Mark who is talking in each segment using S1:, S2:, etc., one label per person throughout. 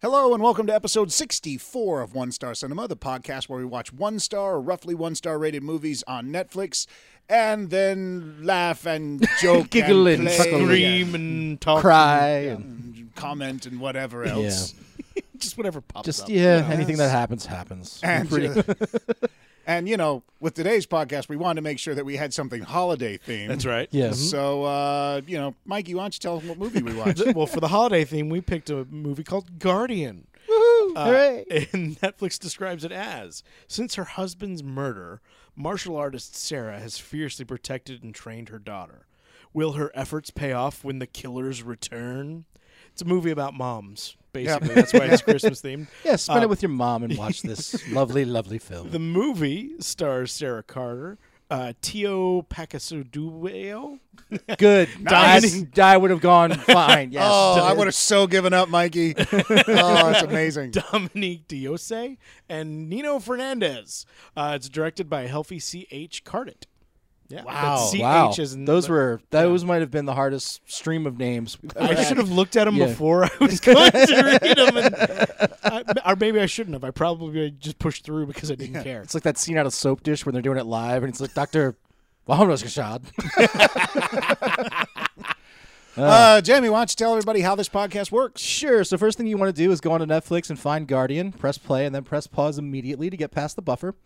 S1: Hello and welcome to episode 64 of One Star Cinema, the podcast where we watch one star or roughly one star rated movies on Netflix and then laugh and joke
S2: Giggle
S1: and,
S2: and
S1: play
S2: chuckle.
S3: scream and talk,
S2: Cry and
S1: and comment and whatever else.
S3: just whatever pops
S2: just
S3: up.
S2: yeah, anything that happens happens.
S1: And,
S2: Pretty-
S1: uh, and you know, with today's podcast, we wanted to make sure that we had something holiday themed.
S3: That's right.
S2: yeah. Mm-hmm.
S1: So, uh, you know, Mikey, why don't you tell them what movie we watched?
S3: well, for the holiday theme, we picked a movie called Guardian. Uh,
S2: Hooray.
S3: And Netflix describes it as since her husband's murder, martial artist Sarah has fiercely protected and trained her daughter. Will her efforts pay off when the killers return? It's a movie about moms, basically. That's why it's Christmas themed.
S2: Yeah, spend it with your mom and watch this lovely, lovely film.
S3: Uh, The movie stars Sarah Carter, uh, Tio Pacasudueo,
S2: Good.
S3: Nice.
S2: I, I would have gone fine. Yes.
S1: Oh, I would have so given up, Mikey. Oh, it's amazing.
S3: Dominique Diose, and Nino Fernandez. Uh, it's directed by Healthy C.H. Cardit. Yeah,
S1: Wow.
S3: that's CH
S2: Oh, Wow.
S3: as in-
S2: Those were those might have been the hardest stream of names.
S3: I should have looked at them
S2: Yeah.
S3: before I was going to read them, and I, or maybe I shouldn't have. I probably just pushed through because I didn't care.
S2: It's like that scene out of Soap Dish when they're doing it live, and it's like Doctor Wahonos Kashad.
S1: Uh, Jamie, why don't you tell everybody how this podcast works?
S2: Sure. So first thing you want to do is go onto Netflix and find Guardian, press play, and then press pause immediately to get past the buffer.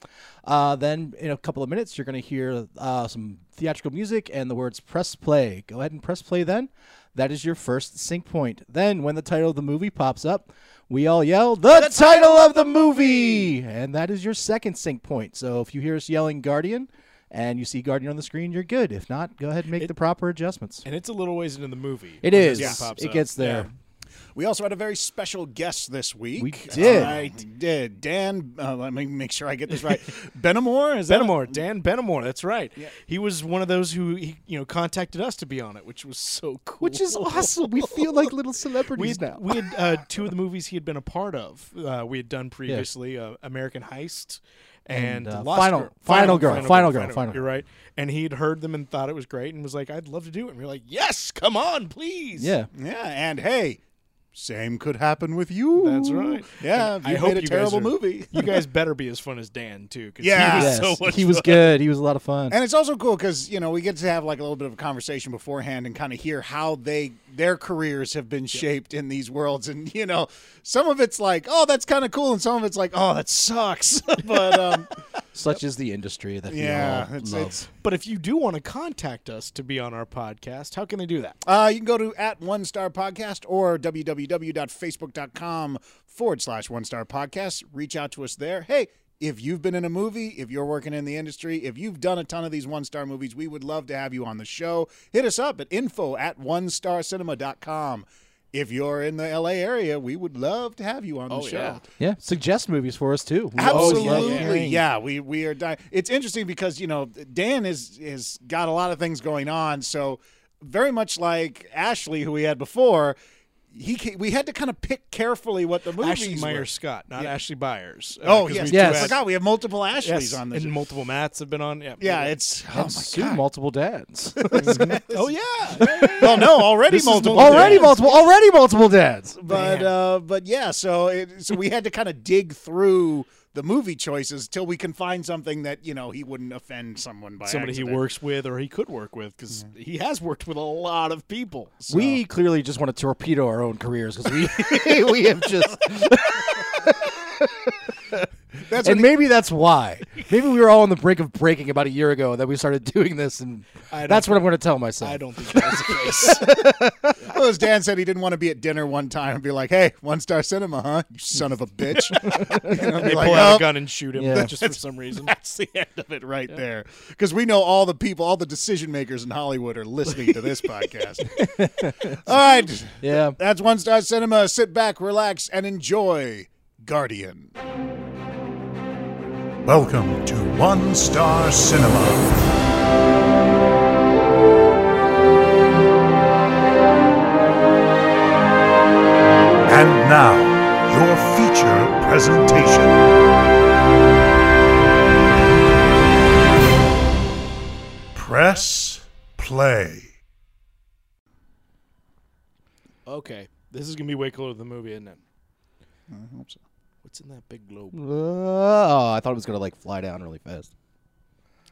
S2: Uh, then in a couple of minutes, you're going to hear uh, some theatrical music and the words "press play." Go ahead and press play. Then that is your first sync point. Then when the title of the movie pops up, we all yell the, title of the movie, and that is your second sync point. So if you hear us yelling Guardian. And you see Guardian on the screen, you're good. If not, go ahead and make the proper adjustments.
S3: And it's a little ways into the movie.
S2: It
S3: when
S2: is.
S3: this one pops
S2: It
S3: up.
S2: gets there.
S1: We also had a very special guest this week. Uh,
S2: We did.
S1: I did. Dan, uh, let me make sure I get this right. Benamore? Is that
S3: Benamor, Dan Benamor. That's right. He was one of those who he, you know contacted us to be on it, which was so cool.
S2: Which is awesome. We feel like little celebrities
S3: we
S2: now.
S3: had, we had uh, two of the movies he had been a part of. Uh, we had done previously uh, American Heist
S2: And,
S3: and,
S2: uh,
S3: Lost
S2: Final-
S3: Girl.
S2: Final Girl, Final Girl, Final
S3: You're right. And he had heard them and thought it was great and was like, "I'd love to do it." And we were like, "Yes, come on, please."
S2: yeah.
S1: Yeah, and hey, same could happen with you.
S3: that's right.
S1: Yeah,
S3: And
S1: if you made a
S3: guys
S1: terrible
S3: are-
S1: movie.
S3: You guys better be as fun as Dan too. 'cause
S1: Yeah.
S3: he was
S2: Yes.
S3: so much
S2: he was
S3: fun.
S2: good. He was a lot of fun.
S1: And it's also cool because you know we get to have like a little bit of a conversation beforehand and kind of hear how they their careers have been shaped in these worlds, and you know some of it's like oh that's kind of cool, and some of it's like oh that sucks. but um,
S2: Such is the industry that we
S1: yeah,
S2: all
S1: it's,
S2: love.
S1: it's
S3: But if you do want to contact us to be on our podcast, how can they do that?
S1: Uh, you can go to at one star podcast or www.facebook.com forward slash one star podcast. Reach out to us there. Hey, if you've been in a movie, if you're working in the industry, if you've done a ton of these one star movies, we would love to have you on the show. Hit us up at info at one starcinema.com. If you're in the LA area, we would love to have you on the
S3: Oh,
S1: show.
S2: yeah. Suggest movies for us too. We always love
S1: Absolutely,
S2: hearing-
S1: yeah. We we are. Di- it's interesting because you know Dan is is got a lot of things going on. So very much like Ashley, who we had before, he ca- we had to kind of pick carefully what the movies
S3: Ashley Meyer
S1: were.
S3: Scott, not Ashley Byers. Uh,
S1: Oh
S3: 'cause
S1: yes,
S3: we do
S2: Yes.
S1: I
S3: have-
S1: forgot we have multiple Ashleys on this.
S3: and multiple mats have been on. Yeah,
S1: yeah, it's oh
S2: And
S1: my
S2: soon
S1: god.
S2: multiple dads.
S3: oh yeah.
S1: well, no, already
S3: This is
S1: multiple.
S2: already
S1: dads.
S2: multiple. Already multiple dads.
S1: But
S3: Man.
S1: uh, but yeah, so it, so we had to kind of dig through the movie choices till we can find something that you know he wouldn't offend someone by
S3: Somebody he
S1: accident.
S3: works with, or he could work with, because he has worked with a lot of people. So.
S2: We clearly just want to torpedo our own careers because we we have just
S1: That's
S2: and maybe that's why maybe we were all on the brink of breaking about a year ago that we started doing this and
S3: I don't-
S2: that's what I'm going to tell myself.
S3: I don't think that's the case.
S1: Well, as Dan said, he didn't want to be at dinner one time and be like, "Hey, one star cinema, huh? You son of a bitch!" You know, be
S3: they
S1: like,
S3: pull out
S1: "Oh,
S3: a gun and shoot him
S2: Yeah.
S3: just for some reason.
S1: That's the end of it right there, because we know all the people, all the decision makers in Hollywood are listening to this podcast. all right,
S2: Yeah.
S1: that's one star cinema. Sit back, relax, and enjoy Guardian.
S4: Welcome to One Star Cinema. And now, your feature presentation. Press play.
S3: Okay, this is gonna be way cooler than the movie, isn't it?
S1: I hope so.
S3: What's in that big globe?
S2: Oh, I thought it was gonna like fly down really fast.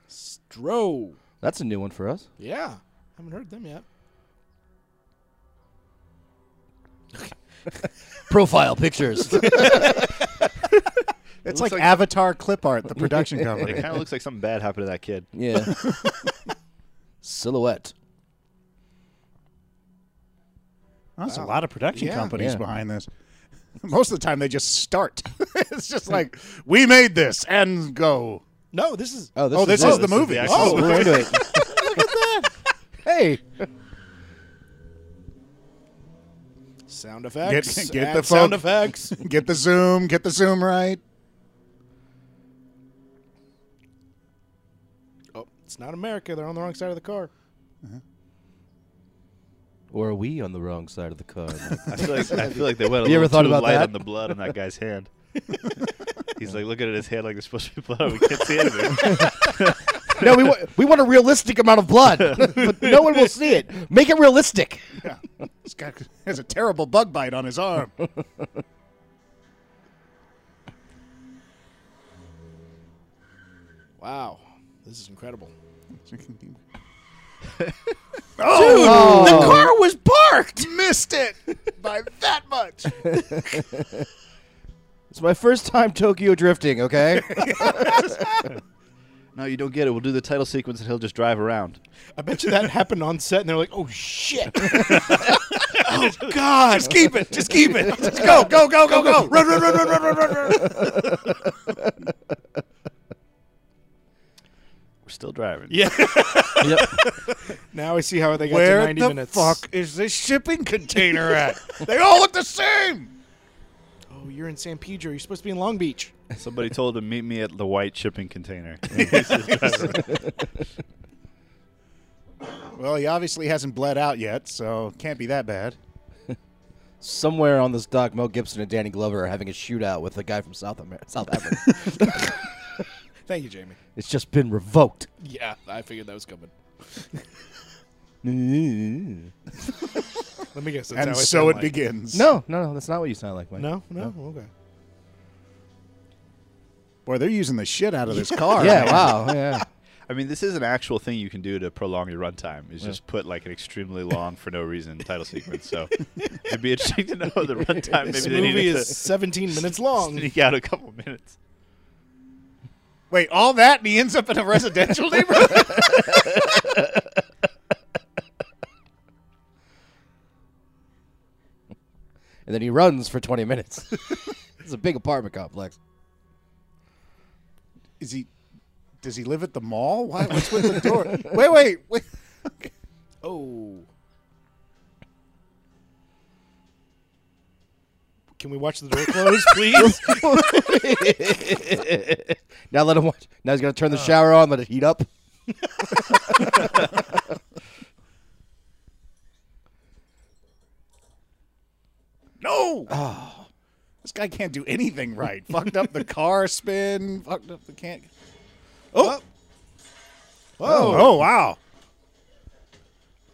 S3: Stro.
S2: That's a new one for us.
S3: Yeah. Haven't heard them yet.
S2: Profile pictures.
S1: It's like,
S5: looks like-
S1: Avatar clip art, the production
S5: It
S1: company.
S5: kind of looks like something bad happened to that kid.
S2: yeah. Silhouette.
S1: That's a lot of production
S3: Yeah.
S1: companies
S2: Yeah.
S1: behind this. Most of the time, they just start. it's just like we made this and go.
S3: No, this is.
S2: Oh, this
S1: oh,
S2: is,
S1: this
S2: it.
S1: is the movie.
S5: actual
S2: Oh,
S1: oh,
S2: we're into it. Look at that. Hey.
S3: Sound effects. Add
S1: the folk-
S3: sound effects.
S1: get the zoom, get the zoom right.
S3: oh, it's not America. They're on the wrong side of the car.
S2: Or are we on the wrong side of the car?
S5: I feel like I feel like they went a
S2: You ever
S5: little
S2: thought
S5: too
S2: about
S5: light
S2: that?
S5: on the blood on that guy's hand. He's like looking at his hand like there's supposed to be blood. We can't see anything.
S2: no, we want we want a realistic amount of blood, but no one will see it. Make it realistic.
S1: Yeah. This guy has a terrible bug bite on his arm.
S3: Wow. This is incredible.
S2: Oh.
S3: Car was parked.
S1: Missed it by that much.
S2: It's my first time Tokyo drifting. Okay.
S5: no, you don't get it. We'll do the title sequence and he'll just drive around.
S3: I bet you that happened on set, and they're like, "Oh shit! oh god! Just keep it! Just keep it! Just go! Go! Go! Go! Go! Run! Run! Run! Run! Run! Run! Run! run.
S5: We're still driving.
S3: Yeah.
S2: yep.
S3: Now I see how they got to
S1: Where
S3: 90
S1: the
S3: minutes.
S1: fuck is this shipping container at? they all look the same.
S3: Oh, you're in San Pedro. You're supposed to be in Long Beach.
S5: Somebody told him meet me at the white shipping container.
S1: Well, he obviously hasn't bled out yet, so can't be that bad.
S2: Somewhere on this dock, Mel Gibson and Danny Glover are having a shootout with a guy from South America. South Africa.
S3: Thank you, Jamie.
S2: it's just been revoked.
S3: Yeah, I figured that was coming.
S2: No,
S3: Let me guess. That's
S1: and
S3: how I
S1: so it
S3: sound like.
S1: begins.
S2: no, no, that's not what you sound like, Mike.
S3: No, no, okay.
S1: Boy, they're using the shit out of this car.
S2: Yeah,
S1: man.
S2: wow. Yeah.
S5: I mean, this is an actual thing you can do to prolong your runtime. Is just put like an extremely long for no reason title sequence. So it'd be interesting to know the runtime. Maybe
S3: This
S5: they
S3: movie
S5: needed
S3: is
S5: to
S3: 17 minutes long.
S5: sneak out a couple minutes.
S1: Wait, all that and he ends up in a residential neighborhood?
S2: And then he runs for 20 minutes. it's a big apartment complex.
S1: is he? Does he live at the mall? Why, what's with the door? Wait, wait, wait.
S3: Oh. Can we watch the door close, please?
S2: Now let him watch. Now he's going to turn the shower on, let it heat up.
S1: No. Ah, This guy can't do anything right. fucked up the car spin. Fucked up the can.
S3: oh.
S1: Oh,
S3: Oh.
S1: wow.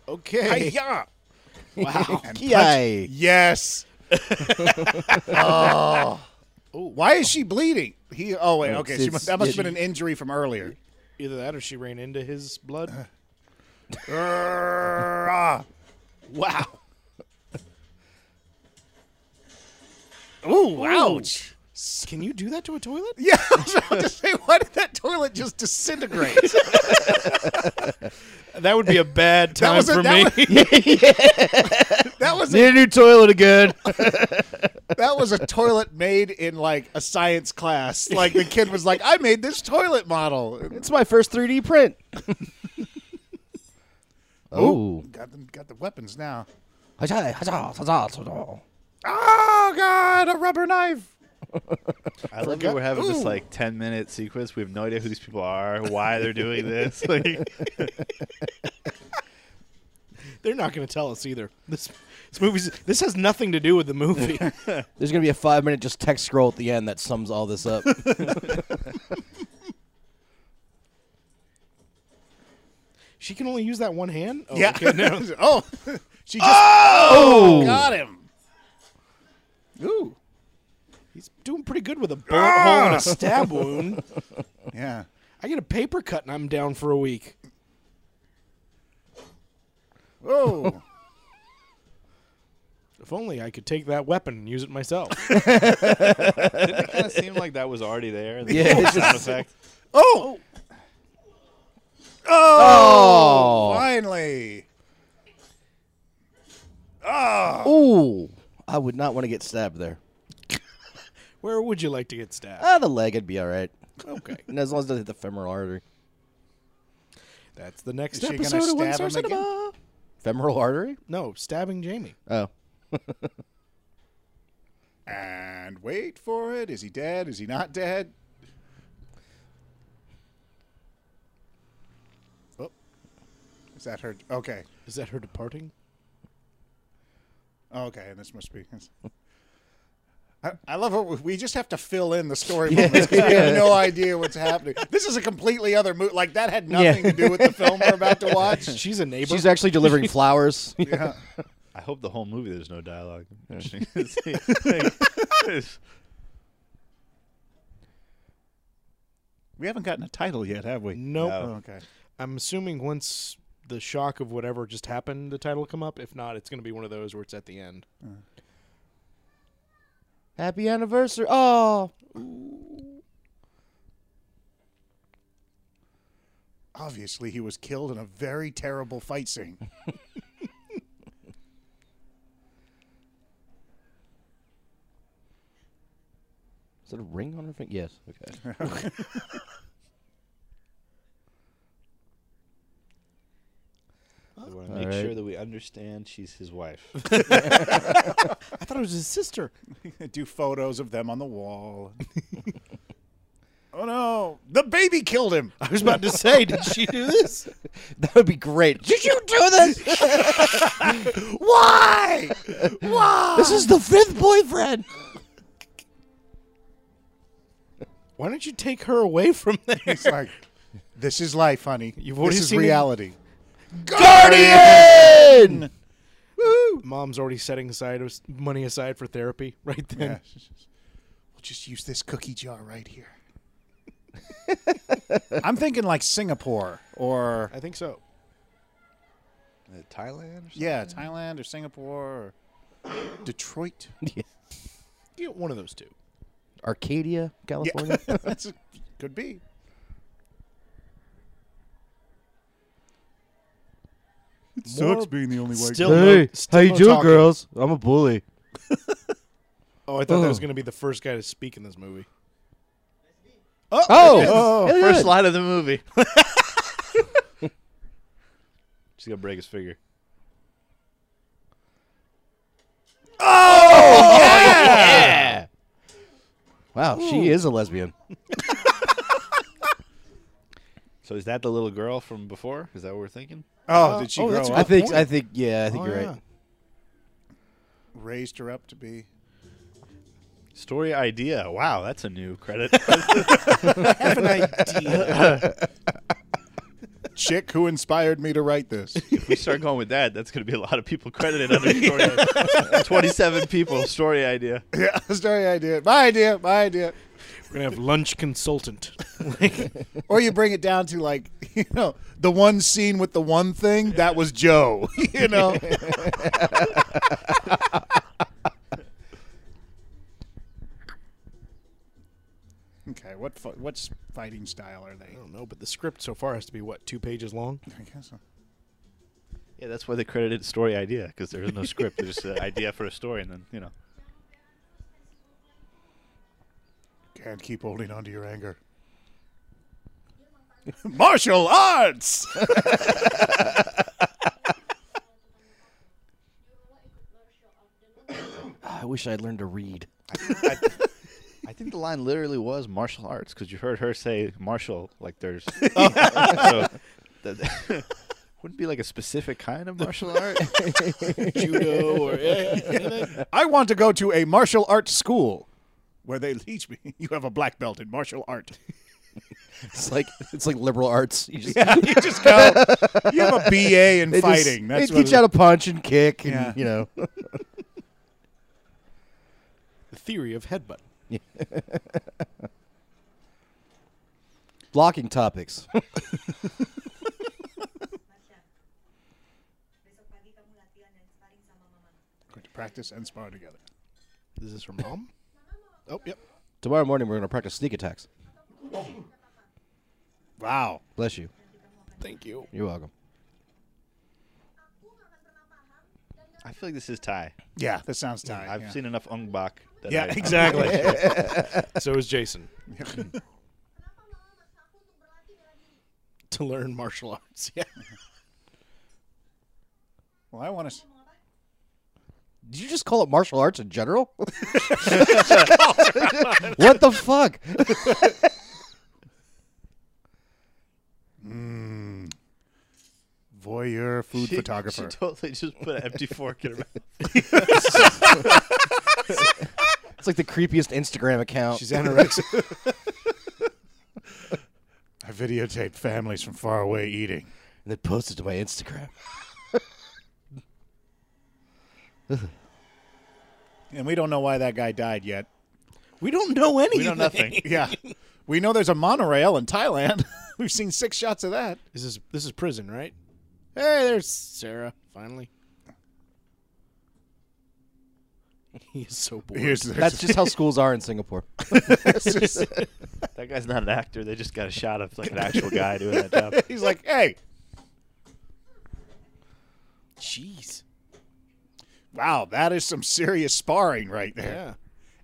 S3: Okay.
S1: Hi-ya.
S3: Wow.
S1: And
S2: Yay.
S1: punch- Yes. oh. Why is she bleeding? He. Oh wait. Okay. She
S2: it's-
S1: must, that must
S2: it's-
S1: have been an injury from earlier.
S3: Either that or she ran into his blood.
S1: Err, ah.
S3: Wow.
S1: Ooh. Ouch.
S3: Can you do that to a toilet?
S1: Yeah, I was about to say, why did that toilet just disintegrate?
S3: That would be a bad
S1: That
S3: time
S1: was a-
S3: for me.
S1: that That was a,
S2: Need a new toilet again.
S1: that was a toilet made in like a science class. Like the kid was like, "I made this toilet model."
S2: it's my first 3D print. oh.
S1: Got the, got the weapons now.
S2: It's
S1: Oh God, a rubber knife.
S5: I love that we're having this like ten minute sequence. We have no idea who these people are, why they're doing this. Like,
S3: They're not going to tell us either. This this movie's this has nothing to do with the movie.
S2: There's gonna be a five minute just text scroll at the end that sums all this up.
S3: she can only use that one hand. Oh,
S1: yeah.
S3: Okay, no.
S1: oh,
S5: Oh,
S1: she just got him. Ooh.
S3: He's doing pretty good with a bullet hole and a stab wound.
S1: Yeah.
S3: I get a paper cut and I'm down for a week.
S1: Oh,
S3: If only I could take that weapon and use it myself.
S5: It kind of seemed like that was already there. The
S2: Yeah, it's
S5: sound effect.
S1: oh, oh! Finally.
S2: Ooh, I would not want to get stabbed there.
S3: Where would you like to get stabbed?
S2: Ah, the leg, I'd be all right.
S3: Okay.
S2: And as long as it doesn't hit the femoral artery.
S3: That's the next
S1: she gonna
S3: episode of One
S1: stab
S3: Star
S1: him again?
S3: Cinema.
S2: Femoral artery?
S3: No, stabbing Jamie.
S2: Oh.
S1: And wait for it. Is he dead? Is he not dead? Oh. Is that her? Okay.
S3: Is that her departing?
S1: Oh, okay. This must be. I, I love it. We just have to fill in the story
S2: Yeah.
S1: moments 'cause we have no idea what's happening. This is a completely other movie. Like that had nothing
S2: Yeah.
S1: to do with the film we're about to watch.
S3: She's a neighbor.
S2: She's actually delivering flowers.
S1: Yeah.
S5: I hope the whole movie there's no dialogue. Interesting.
S1: We haven't gotten a title yet, have we?
S3: nope.
S5: No.
S1: Oh, okay.
S3: I'm assuming once the shock of whatever just happened, the title will come up. If not, it's going to be one of those where it's at the end.
S2: Happy anniversary. Oh.
S1: Obviously, he was killed in a very terrible fight scene.
S2: Is that a ring on her finger? Yes. Okay.
S5: I want to make
S2: All right.
S5: sure that we understand she's his wife.
S3: I thought it was his sister.
S1: do photos of them on the wall. oh no! The baby killed him.
S3: I was about to say, did she do this?
S2: That would be great. Did you do this?
S1: Why? Why?
S2: this is the fifth boyfriend.
S3: Why don't you take her away from there?
S1: It's like this is life, honey.
S3: You've already
S1: this is
S3: seen it.
S1: reality.
S2: Guardian!
S3: Mom's already setting aside money aside for therapy right then.
S1: Yeah. We'll just use this cookie jar right here. I'm thinking like Singapore or
S3: I think so.
S5: Uh, Thailand? Or something?
S1: yeah, Thailand or Singapore or Detroit.
S3: Get one of those two.
S2: Arcadia, California.
S1: That's could be. It
S3: sucks More-
S1: being the only
S3: Still, no, still no talking.
S2: girls? I'm a bully.
S3: Oh, I thought that
S2: Ugh.
S3: was going to be the first guy to speak in this movie.
S2: Oh,
S5: Oh,
S2: Look at
S5: first
S2: that.
S5: line of the movie. she's going to break his finger.
S2: Wow, she is a lesbian.
S5: So is that the little girl from before? Is that what we're thinking?
S1: Oh, did she
S3: oh,
S1: grow
S3: that's
S1: up?
S2: I think.
S3: point.
S2: I think. Yeah, I think you're right.
S1: Raised her up to be.
S5: Story idea. Wow, that's a new credit.
S3: Have an idea.
S1: Chick who inspired me to write this.
S5: if we start going with that, that's going to be a lot of people credited under story. Twenty-seven people. Story idea.
S1: yeah, story idea. My idea. My idea.
S3: We're going to have lunch consultant.
S1: Or you bring it down to like, you know, the one scene with the one thing that was Joe. You know, okay. What fi- what's fighting style are they?
S3: I
S2: Oh.
S3: don't know, but the script so far has to be what two pages long.
S1: I guess. so.
S5: Yeah, that's why they credited story idea because there is no script. There's just an idea for a story, and then you know.
S1: Can't keep holding on to your anger. Martial arts.
S2: Ah, I wish I had learned to read.
S5: I, I think the line literally was martial arts because you heard her say martial like there's. so that, wouldn't be like a specific kind of martial art.
S3: Judo or yeah, anything.
S1: I want to go to a martial arts school where they teach me. You have a black belt in martial art.
S2: It's like it's like liberal arts. You just,
S1: you just go. You have a BA in
S2: they just-
S1: fighting.
S2: they
S1: That's what
S2: teach
S1: it-
S2: you how to punch and kick, and
S1: Yeah.
S2: you know.
S3: The theory of headbutt.
S2: Blocking topics.
S6: Masya, besok pagi kamu latihan dan sparring sama mama.
S1: Going to practice and spar together.
S3: Is this her mom?
S1: Oh, yep.
S2: Tomorrow morning, we're going to practice sneak attacks.
S1: Wow.
S2: Bless you.
S3: Thank you.
S2: You're welcome.
S5: I feel like this is Thai.
S1: Yeah, that sounds tight.
S5: I've
S1: yeah.
S5: seen enough Ung Bak. That
S1: Yeah,
S5: I,
S1: exactly.
S3: So is Jason. to learn martial arts. Yeah.
S1: well, I want to.
S2: Did you just call it martial arts in general? what the fuck?
S1: Voyeur food
S5: She- She
S1: photographer.
S5: totally just put an empty fork in her mouth.
S2: It's like the creepiest Instagram account.
S3: She's anorexic.
S1: I videotape families from far away eating.
S2: and then post it to my Instagram.
S1: And we don't know why that guy died yet.
S3: we don't know anything.
S5: We know nothing.
S1: Yeah. we know there's a monorail in Thailand. We've seen six shots of that.
S3: This is this is prison, right? Hey, there's Sarah. Finally. He is so bored.
S1: Here's the
S2: That's just how schools are in Singapore.
S5: That guy's not an actor. They just got a shot of like an actual guy doing that job.
S1: He's like, hey,
S3: Jeez.
S1: wow, that is some serious sparring right there.
S3: Yeah.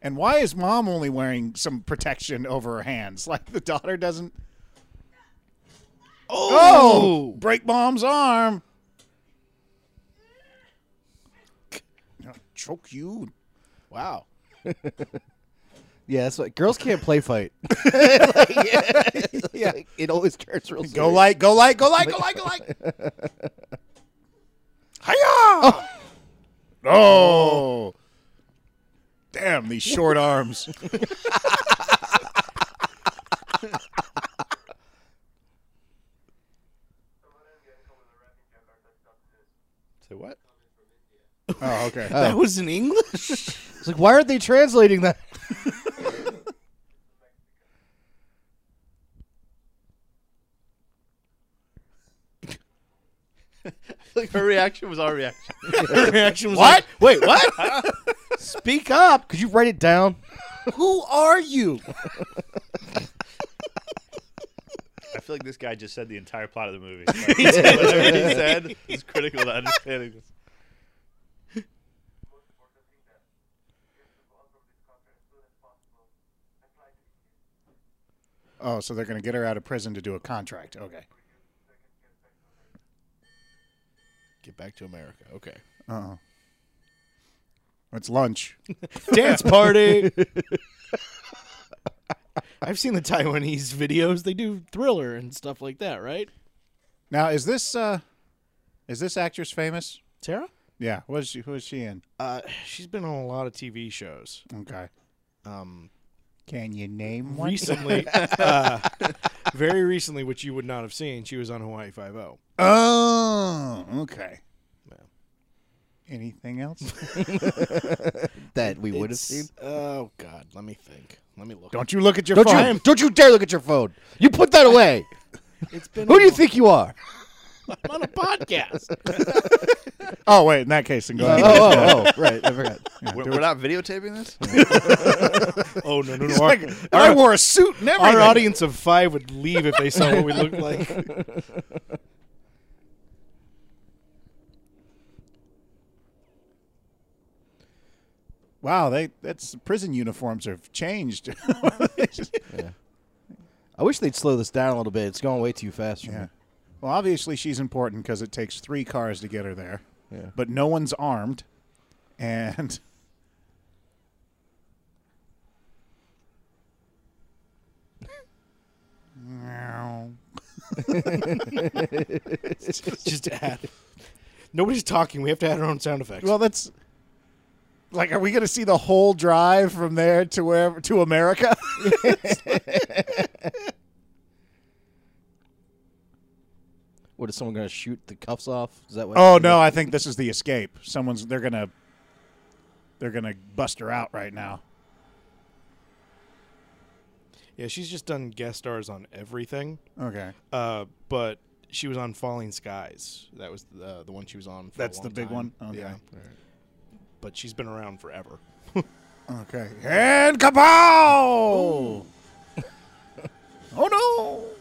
S1: And why is mom only wearing some protection over her hands? Like the daughter doesn't. Oh! Break mom's arm. I'll choke you.
S3: Wow.
S2: Yeah, that's what girls can't play fight. yeah. it always turns real.
S1: Go light, go light, go light, go light, go light. Hiya! Oh. Damn, these short arms.
S5: Say what?
S1: Oh, okay.
S3: That was in English?
S2: It's like, why aren't they translating that?
S5: Like her reaction was our reaction.
S3: Her reaction
S1: Oh.
S3: was what? Wait, what?
S2: Speak up. Could you write it down?
S1: Who are you?
S5: I feel like this guy just said the entire plot of the movie. Like, whatever he said is critical to understanding this.
S1: Oh, so they're going to get her out of prison to do a contract. Okay.
S3: Get back to America. Okay.
S1: It's lunch.
S3: Dance party. I've seen the Taiwanese videos. They do thriller and stuff like that, right?
S1: Now, is this uh is this actress famous?
S3: Sarah?
S1: Yeah. What is she who is she in?
S3: Uh, she's been on a lot of TV shows.
S1: Okay.
S3: Um,
S1: Can you name one?
S3: recently, uh, very recently, which you would not have seen, she was on Hawaii Five O.
S1: Oh, okay. Anything else?
S2: That we would have seen.
S3: It's- Oh God, let me think. Let me look.
S1: Don't you look at your
S2: Don't
S1: phone.
S2: you, don't you dare look at your phone. You put that away.
S3: It's been
S2: Who
S3: a
S2: do you
S3: while.
S2: think you are?
S3: I'm on a podcast.
S1: Oh, wait. In that case, then go
S3: Uh,
S2: Oh,
S1: ahead.
S2: oh, oh, right. I forgot.
S5: We're, we're not videotaping this.
S3: oh no no no!
S1: It's
S3: Our,
S1: like, I wore a suit and everything.
S3: our audience of five would leave if they saw what we looked like.
S1: Wow, they that's prison uniforms have changed.
S2: I wish they'd slow this down a little bit. It's going way too fast. For
S1: yeah.
S2: me.
S1: Well, obviously she's important because it takes three cars to get her there.
S2: Yeah.
S1: But no one's armed, and
S3: Just add. Nobody's talking. We have to add our own sound effects.
S1: Well, that's like, are we going to see the whole drive from there to wherever to America?
S2: What is someone going to shoot the cuffs off? Is that what?
S1: oh no, I think this is the escape. Someone's they're gonna they're gonna bust her out right now.
S3: Yeah, she's just done guest stars on everything.
S1: Okay.
S3: Uh, but she was on Falling Skies. That was uh, the the one she was on. For a
S1: That's the
S3: long
S1: big
S3: time.
S1: one? Okay.
S3: Yeah. But she's been around forever.
S1: Okay. And kapow! oh no! Oh.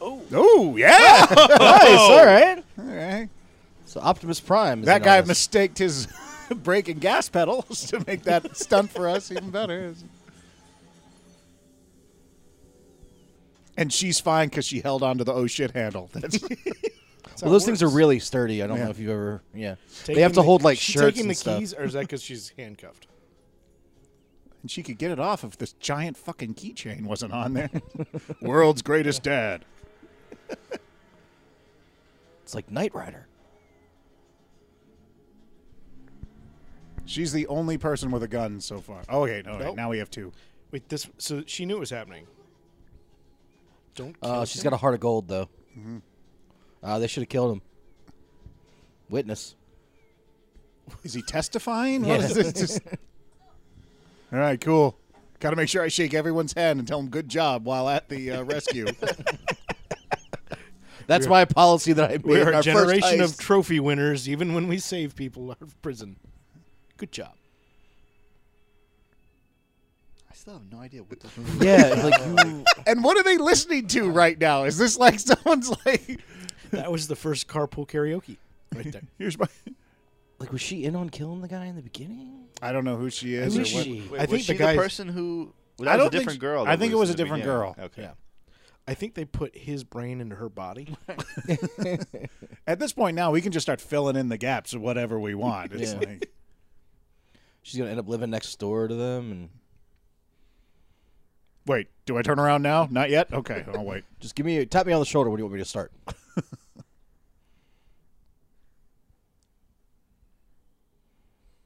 S1: Oh yeah!
S2: Nice, all right.
S1: All right.
S2: So Optimus Prime. Is
S1: That
S2: in
S1: guy
S2: on this.
S1: mistaked his brake and gas pedals to make that stunt for us even better. And she's fine because she held onto the oh shit handle. That's
S2: Well, those things are really sturdy. I don't
S1: Yeah.
S2: know if you've ever. Yeah, they have to
S3: the-
S2: hold like
S3: she
S2: shirts
S3: taking
S2: and
S3: the
S2: stuff.
S3: keys, or is that because she's handcuffed?
S1: and she could get it off if this giant fucking keychain wasn't on there. World's greatest dad.
S2: It's like Knight Rider.
S1: She's the only person with a gun so far. Oh, okay, no,
S3: Nope.
S1: now we have two.
S3: Wait, this. So she knew it was happening. Don't.
S2: Uh,
S3: kill
S2: she's
S3: him.
S2: got a heart of gold though.
S3: Mm-hmm.
S2: Uh, they should have killed him. Witness.
S1: Is he testifying? What
S2: Yeah.
S1: is this? Just- All right, cool. Got to make sure I shake everyone's hand and tell them good job while at the uh, rescue.
S2: That's my policy that I made.
S3: We
S2: in
S3: are
S2: our
S3: a
S2: first
S3: generation of
S2: heist.
S3: trophy winners, even when we save people out of prison. Good job.
S5: I still have no idea what this movie
S2: yeah, it's like you,
S1: and what are they listening to right now? Is this like someone's like,
S3: That was the first carpool karaoke right there.
S1: here's my.
S2: like was she in on killing the guy in the beginning?
S1: I don't know who she is.
S2: Who
S1: or
S2: is
S1: what-
S2: she?
S5: Wait,
S3: I
S5: was
S3: think
S5: she
S3: the guys-
S5: person who. Well, that
S1: I
S5: was
S1: don't
S5: a
S1: think
S5: different
S1: she-
S5: girl.
S1: I
S5: that
S1: think it was
S5: in
S1: a
S5: the
S1: different
S5: beginning.
S1: girl.
S5: Okay.
S3: Yeah. I think they put his brain into her body.
S1: At this point now, we can just start filling in the gaps of whatever we want. It's
S2: Yeah.
S1: like,
S2: She's gonna end up living next door to them and
S1: wait, do I turn around now? Not yet? Okay, I'll wait.
S2: just give me tap me on the shoulder. When do you want me to start?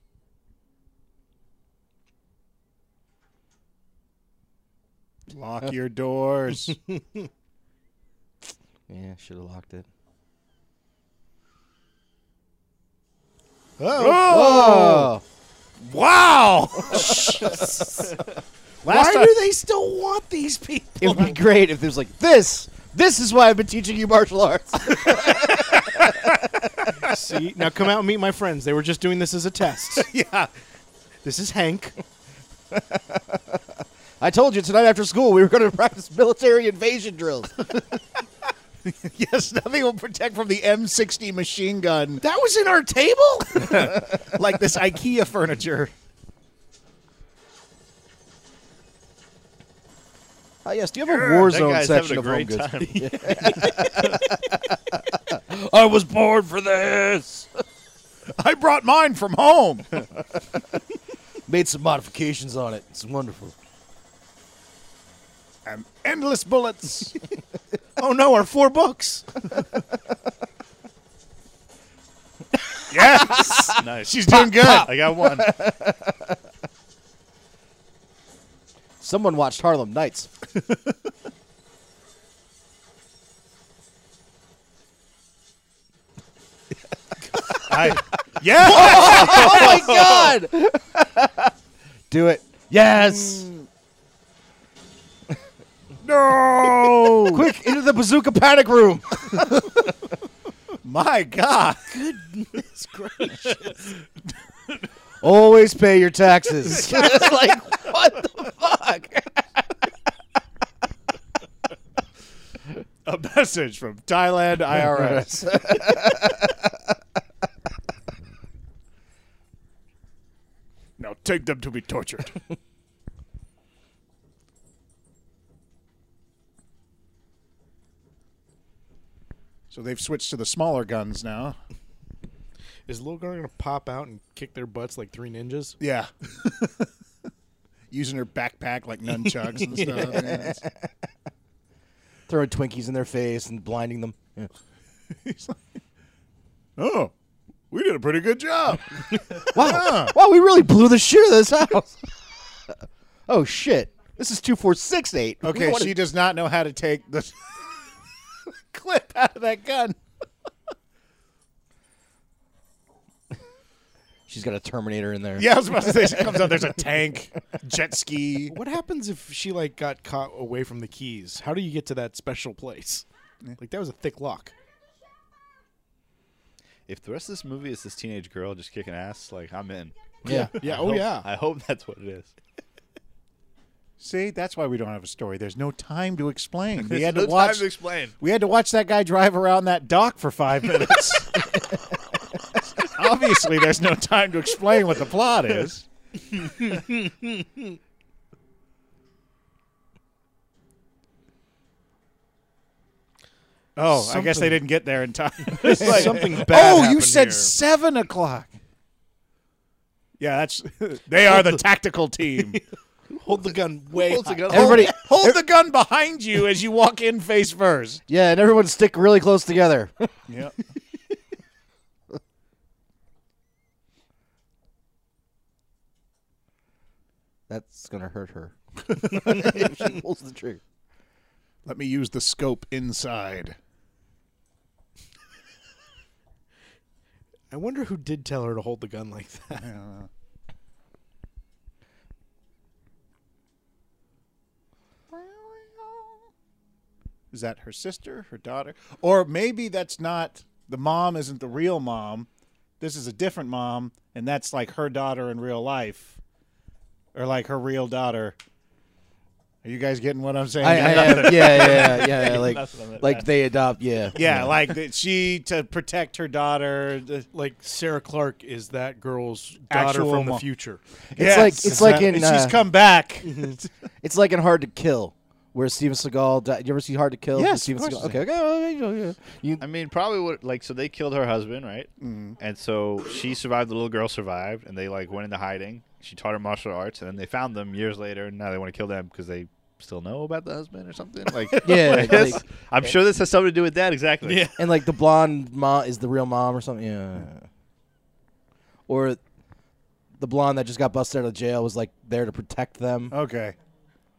S1: Lock your doors.
S2: Yeah, should have locked it.
S1: Oh! Wow! Last time,
S3: they still want these people?
S2: It would be great if there's like this. This is why I've been teaching you martial arts.
S3: See, now come out and meet my friends. They were just doing this as a test.
S1: yeah.
S3: this is Hank.
S2: I told you tonight after school we were going to practice military invasion drills.
S1: Yes, nothing will protect from the M60 machine gun
S3: That was in our table?
S1: like this IKEA furniture.
S2: Ah, yes. Do you have a war
S5: That
S2: zone
S5: guy's having
S2: section
S5: a
S2: of Home
S5: great
S2: Goods?
S5: time.
S2: I was born for this.
S1: I brought mine from home.
S2: Made some modifications on it. It's wonderful.
S1: and endless bullets.
S3: oh no, our four books.
S1: Yes.
S5: Nice.
S1: She's doing good.
S5: I got one.
S2: Someone watched Harlem Nights.
S5: I,
S1: Yeah.
S2: oh my God! Do it. Yes.
S1: No.
S2: Quick into the bazooka panic room.
S1: My God.
S3: Goodness gracious.
S2: Always pay your taxes. like what the fuck?
S1: A message from Thailand IRS. now take them to be tortured. So they've switched to the smaller guns now.
S3: Is Lil Girl gonna pop out and kick their butts like three ninjas?
S1: Yeah. Using her backpack like nunchucks and stuff. yeah.
S2: Throwing Twinkies in their face and blinding them. Yeah.
S1: He's like, oh, we did a pretty good job.
S2: Wow. Wow, we really blew the shit out of this house. oh shit. This is two four six eight. We
S1: Okay,
S2: wanna-
S1: she does not know how to take the clip out of that gun.
S2: She's got a Terminator in there.
S1: Yeah, I was about to say she comes out. There's a tank, jet ski.
S3: What happens if she like got caught away from the keys? How do you get to that special place? Like that was a thick lock.
S5: If the rest of this movie is this teenage girl just kicking ass, like I'm in.
S2: Yeah.
S3: Yeah.
S5: I
S3: Oh
S5: hope-
S3: yeah.
S5: I hope that's what it is.
S1: See, that's why we don't have a story. There's no time to explain. We
S5: There's
S1: had
S5: no
S1: to
S5: time
S1: watch.
S5: to explain.
S1: We had to watch that guy drive around that dock for five minutes. Obviously, there's no time to explain what the plot is. oh, I guess they
S3: Something-
S1: didn't get there in time.
S3: Something bad.
S1: oh, you
S3: happened
S1: said
S3: here.
S1: seven o'clock. Yeah, that's they are the tactical team.
S3: hold the gun Oh. way.
S5: Holds a
S3: high.
S5: gun-
S2: Everybody,
S1: Hold the gun behind you as you walk in face first.
S2: yeah, and everyone stick really close together.
S1: Yeah.
S2: That's gonna hurt her. if she pulls the trigger.
S1: Let me use the scope inside.
S3: I wonder who did tell her to hold the gun like that.
S1: Is that her sister, her daughter? Or maybe that's not the mom isn't the real mom. This is a different mom, and that's like her daughter in real life. Or like her real daughter. Are you guys getting what I'm saying?
S2: I, I am. Yeah, yeah, yeah, yeah. Like, like they adopt. Yeah.
S1: yeah, like that she to protect her daughter. the-
S3: Like Sarah Clark is that girl's daughter
S1: Actual
S3: from the
S1: mo-
S3: future.
S2: It's like- it's like in,
S1: And
S2: uh,
S1: she's come back.
S2: It's like in Hard to Kill, where Steven Seagal. Di- you ever see Hard to Kill?
S1: Yes, of
S2: Steven
S1: course
S2: Seagal.
S1: I
S2: Okay, okay. oh, yeah, yeah. You,
S5: I mean, probably what like so they killed her husband, right? Mm-hmm. And so she survived. The little girl survived, and they like went into hiding. She taught her martial arts, and then they found them years later, and now they want to kill them because they still know about the husband or something. Like,
S2: Yeah,
S5: like,
S2: like-
S5: this- I'm sure this has something to do with that exactly.
S3: Yeah.
S2: and like the blonde mom is the real mom or something. Yeah. Or the blonde that just got busted out of jail was like there to protect them.
S1: Okay.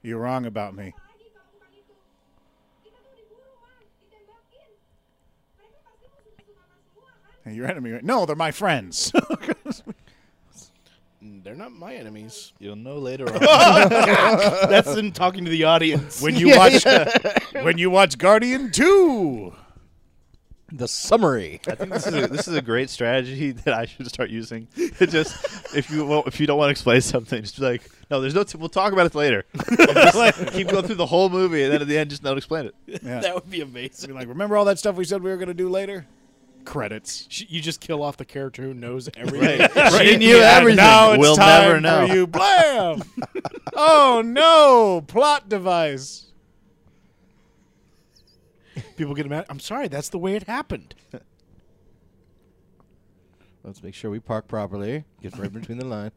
S1: You're wrong about me.
S6: Pagi kamu pagi itu. Kita tuh diburuan, ditembakin. Mereka pasti musuh-musuh mama semua kan?
S1: Hey, Your enemy. No, they're my friends.
S3: They're not my enemies.
S5: You'll know later on.
S3: That's them talking to the audience.
S1: when you watch when you watch Guardian 2.
S2: The summary.
S5: I think this is a, this is a great strategy that I should start using. It just if you won't, if you don't want to explain something, just be like, no, there's no. T- we'll talk about it later. And just keep going through the whole movie, and then at the end, just not explain it.
S3: that would be amazing.
S1: Be like, remember all that stuff we said we were going to do later? Credits.
S3: Sh- You just kill off the character who knows everything.
S5: Right.
S1: She
S5: knew everything.
S1: Now it's
S5: We'll
S1: time
S5: never know.
S1: for you. Blam! oh no! Plot device.
S3: People get mad. I'm sorry. That's the way it happened.
S2: Let's make sure we park properly. Get right between the line.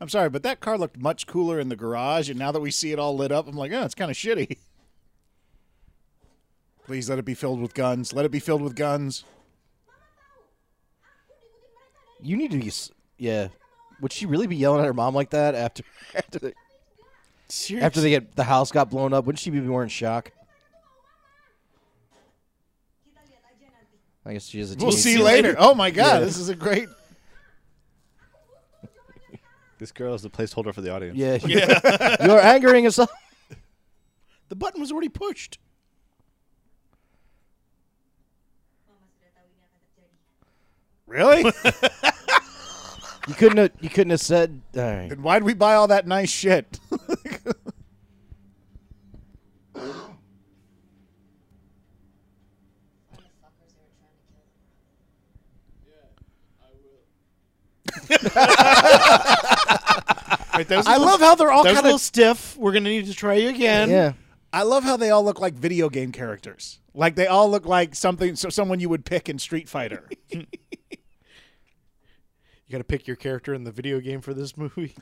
S1: I'm sorry, but that car looked much cooler in the garage, and now that we see it all lit up, I'm like, oh, it's kind of shitty. Please let it be filled with guns. Let it be filled with guns.
S2: You need to be. s- Yeah. Would she really be yelling at her mom like that after after they,
S3: Seriously.
S2: after they get the house got blown up? Wouldn't she be more in shock?
S6: Kita lihat aja nanti.
S2: I guess she is a.
S1: We'll
S2: teenage
S1: see
S2: girl.
S1: later. Oh my god,
S2: Yeah.
S1: this is a great.
S5: This girl is the placeholder for the audience.
S2: Yeah. yeah. You're angering us. all.
S3: the button was already pushed.
S6: Mama sudah tahu ini akan terjadi.
S1: Really?
S2: You couldn't have. You couldn't have said. All right.
S1: then why'd we buy all that nice shit?
S6: Fuckers, they were trying to kill them.
S1: I love how they're all
S3: That was a
S1: kind
S3: little
S1: of.
S3: stiff. We're gonna need to try you again.
S2: Yeah.
S1: I love how they all look like video game characters. Like they all look like something, so someone you would pick in Street Fighter.
S3: You gotta pick your character in the video game for this movie.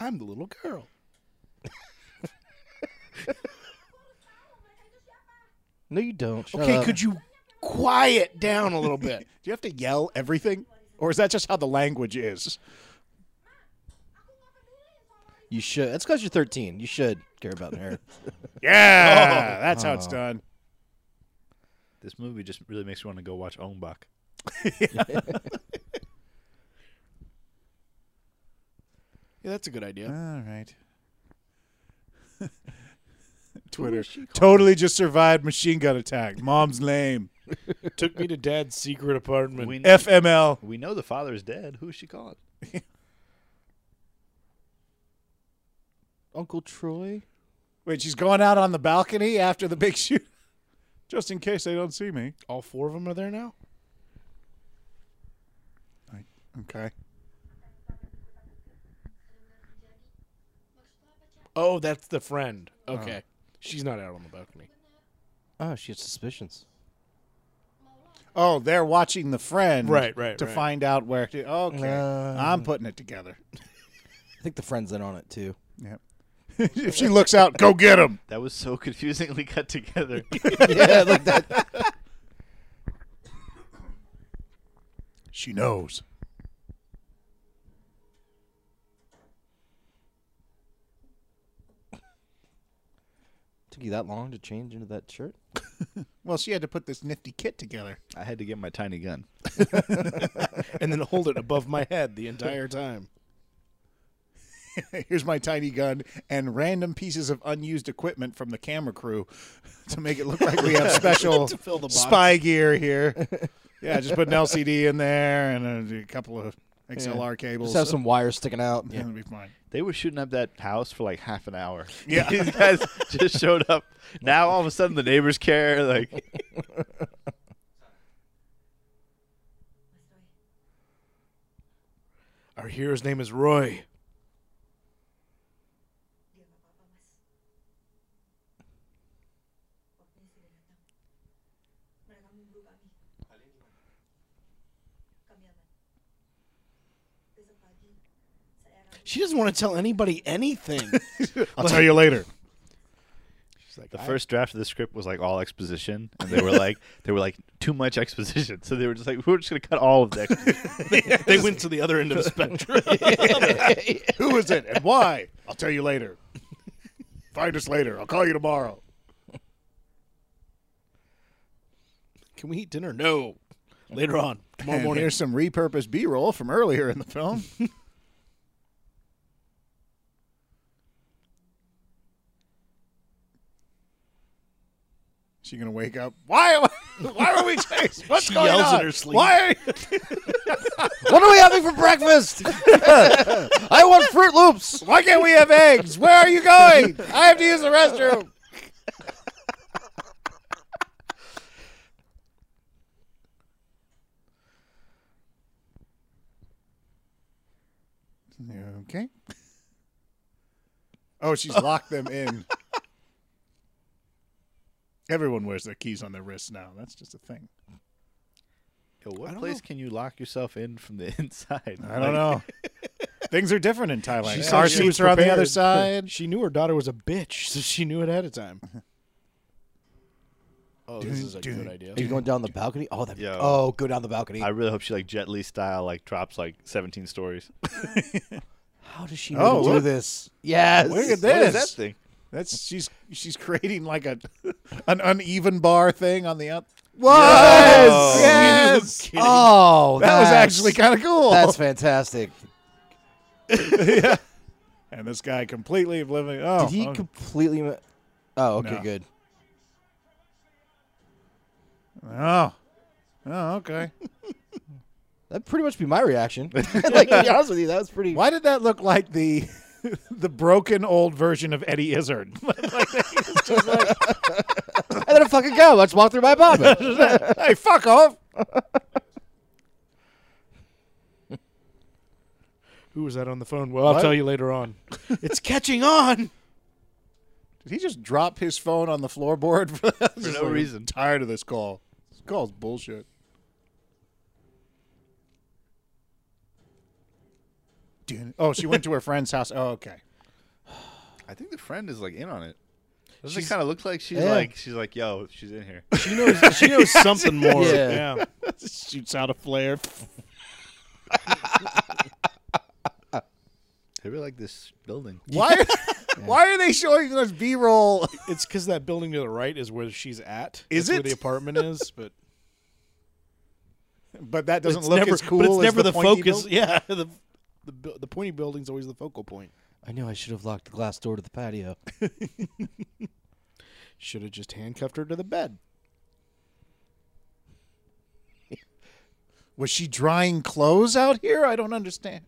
S3: I'm the little girl.
S2: No, you don't. Shut
S3: okay,
S1: Uh,
S2: up.
S3: could you quiet down a little bit?
S1: Do you have to yell everything, or is that just how the language is?
S2: You should. That's because you're 13. You should care about her.
S1: Yeah, Oh, that's how it's done.
S5: This movie just really makes me want to go watch Own Buck.
S3: Yeah, that's a good idea.
S1: All right. Twitter totally just survived machine gun attack. Mom's lame.
S3: Took me to dad's secret apartment.
S5: We,
S1: FML.
S5: we know the father is dead. Who is she calling?
S2: Uncle Troy.
S1: Wait, she's going out on the balcony after the big shoot, just in case they don't see me.
S3: All four of them are there now?
S1: Okay.
S3: Oh, that's the friend. Okay. She's not out on the balcony.
S2: Oh, she has suspicions.
S1: Oh, they're watching the friend,
S3: Right, right,
S1: to
S3: right.
S1: find out where. To, okay,
S2: Uh.
S1: I'm putting it together.
S2: I think the friend's in on it too.
S1: Yep. if she looks out, go get him.
S5: That was so confusingly cut together.
S2: yeah, like that.
S1: She knows.
S2: Took you that long to change into that shirt?
S1: Well, she had to put this nifty kit together.
S5: I had to get my tiny gun.
S3: And then hold it above my head the entire time.
S1: Here's my tiny gun and random pieces of unused equipment from the camera crew to make it look like we have special
S3: fill the box.
S1: spy gear here. Yeah, just put an LCD in there and a, a couple of XLR cables.
S2: Just have some wires sticking out.
S1: yeah, it'll be fine.
S5: They were shooting up that house for like half an hour.
S1: Yeah.
S5: These guys just showed up. Now all of a sudden the neighbors care. Like
S3: Our hero's name is Roy.
S6: Mereka mengguru kami. Kami aman. Besok pagi, saya akan
S3: She doesn't want to tell anybody anything.
S1: I'll tell you later.
S3: She's like,
S5: the
S3: I-
S5: first draft of the script was like all exposition, and they were like they were like too much exposition. So they were just like we're just gonna cut all of the exposition.
S3: they went to the other end of the spectrum.
S1: Who is it and why? I'll tell you later. Find us later. I'll call you tomorrow.
S3: Can we eat dinner? No. Later on. Tomorrow
S1: And
S3: morning.
S1: here's some repurposed B-roll from earlier in the film. She gonna wake up. Why? Why were we chased? What's
S3: She
S1: going
S3: yells in
S1: on?
S3: her sleep.
S1: Why? Are
S2: What are we having for breakfast? I want Fruit Loops.
S1: why can't we have eggs? Where are you going? I have to use the restroom. Okay. Oh, she's locked them in. Everyone wears their keys on their wrists now. That's just a thing.
S5: Yo, what place can you lock yourself in from the inside?
S1: I don't know. Things are different in Thailand.
S3: She said
S1: Car
S3: she
S1: seats
S3: was
S1: are on the other
S3: prepared.
S1: side.
S3: She knew her daughter was a bitch, so she knew it ahead of time. Oh, this is a good idea.
S2: Are you going down the balcony? Oh, that.
S5: Yo.
S2: Oh, go down the balcony.
S5: I really hope she like Jet Li style like drops like 17 stories.
S2: How does she
S1: Oh,
S2: know to do
S1: look.
S2: this? Yes.
S1: Look at
S5: What is
S1: this.
S5: that thing?
S1: That's she's she's creating like a an uneven bar thing on the up.
S2: Yes.
S1: Yes.
S3: Kidding.
S2: Oh,
S1: That was
S2: that's-
S1: actually kind of cool.
S2: That's fantastic.
S1: and this guy completely oblivious. Oh,
S2: Did he
S1: okay.
S2: completely? ma- Oh, okay,
S1: No.
S2: good.
S1: oh, oh, okay.
S2: That'd pretty much be my reaction. like to be honest with you, that was pretty.
S1: Why did that look like the the broken old version of Eddie Izzard?
S2: I let it fucking go. Let's walk through my apartment.
S1: hey, fuck off!
S3: Who was that on the phone? Well, I'll
S1: What?
S3: tell you later on. it's catching on.
S1: Did he just drop his phone on the floorboard for,
S5: For no reason.
S1: Tired of this call. This call's bullshit. Dun- Oh, she went to her friend's house. Oh, okay.
S5: I think the friend is like in on it. Doesn't it kind of look like she's
S2: Yeah.
S5: like she's like yo she's in here.
S3: She knows. She knows something more.
S2: Yeah.
S1: Shoots out a flare.
S5: They really like this building.
S1: Why? Why are they showing us B-roll?
S3: It's because that building to the right is where she's at.
S1: Is
S3: That's Where
S1: it?
S3: the apartment is, but
S1: but that doesn't
S3: It's
S1: look
S3: never,
S1: as cool.
S3: But it's
S1: as
S3: never
S1: the,
S3: the,
S1: pointy
S3: focus.
S1: build-
S3: Yeah, the, the bu- the pointy building's always the focal point.
S2: I knew I should have locked the glass door to the patio.
S3: Should have just handcuffed her to the bed.
S1: Was she drying clothes out here? I don't understand.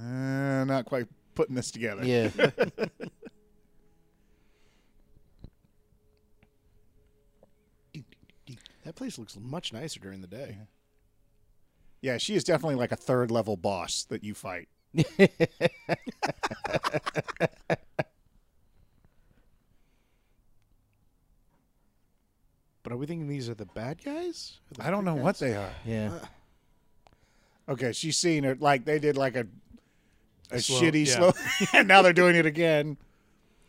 S1: Uh, not quite putting this together.
S2: yeah.
S3: That place looks much nicer during the day.
S1: Yeah, she is definitely like a third level boss that you fight.
S3: But are we thinking these are the bad guys? Or the
S1: I don't know
S3: good
S1: what
S3: guys?
S1: they are.
S2: Yeah.
S1: Okay, she's seen her like they did like a a
S3: Slow-
S1: shitty
S3: yeah.
S1: slow and now they're doing it again.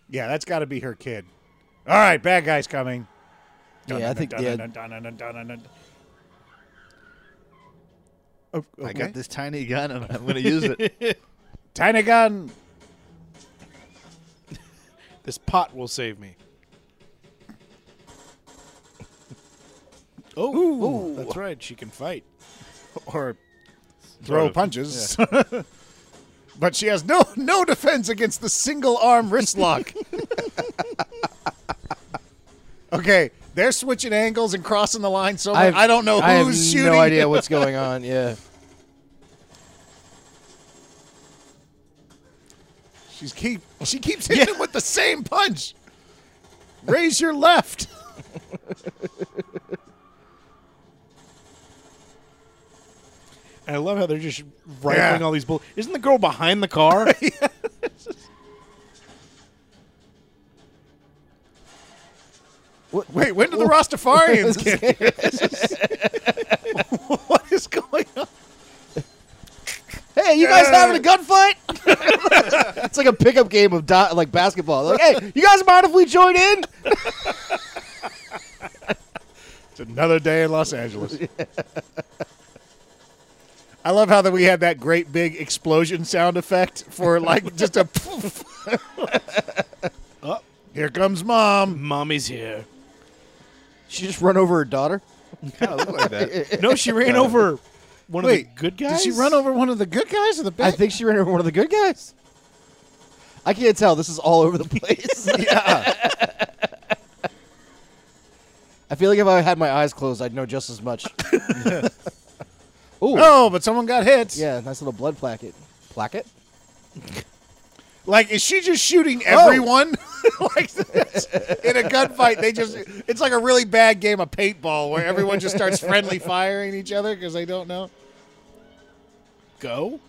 S1: Yeah, that's gotta be her kid. All right, bad guy's coming.
S2: Yeah, I think yeah,
S1: Dun-dun-dun-dun-dun-dun-dun-dun. Oh,
S5: I got
S1: okay.
S5: this tiny gun. I'm, I'm gonna use it.
S1: Tiny gun.
S3: This pot will save me. Oh, oh, that's right. She can fight.
S1: Or
S5: Sort
S1: throw
S5: of.
S1: punches. but she has no no defense against the single arm wrist lock. okay, they're switching angles and crossing the line so much.
S2: I've-
S1: I don't know
S2: I have
S1: who's shooting.
S2: No idea what's going on. Yeah.
S1: She's keep she keeps hitting him with the same punch. Raise your left.
S3: And I love how they're just rifling
S1: Yeah.
S3: all these bullets. Isn't the girl behind the car?
S1: Wait, when do the Rastafarians get? what is going on?
S2: Hey, you guys having a gunfight? it's like a pickup game of do- like basketball. Like, hey, you guys mind if we join in?
S1: It's another day in Los Angeles. I love how that we had that great big explosion sound effect for like just a poof.
S3: Oh.
S1: Here comes mom.
S3: Mommy's here.
S2: She just run over her daughter.
S5: Kind of look like that.
S3: No, she ran over one
S1: Wait,
S3: of the good guys.
S1: Did she run over one of the good guys or the bad?
S2: I think she ran over one of the good guys. I can't tell. This is all over the place. I feel like if I had my eyes closed, I'd know just as much. Ooh,
S1: Oh, but someone got hit.
S2: yeah, nice little blood placket. Placket?
S1: Like, is she just shooting
S2: Oh.
S1: everyone? like that's- in a gunfight, they just—it's like a really bad game of paintball where everyone just starts friendly firing each other because they don't know.
S3: Go.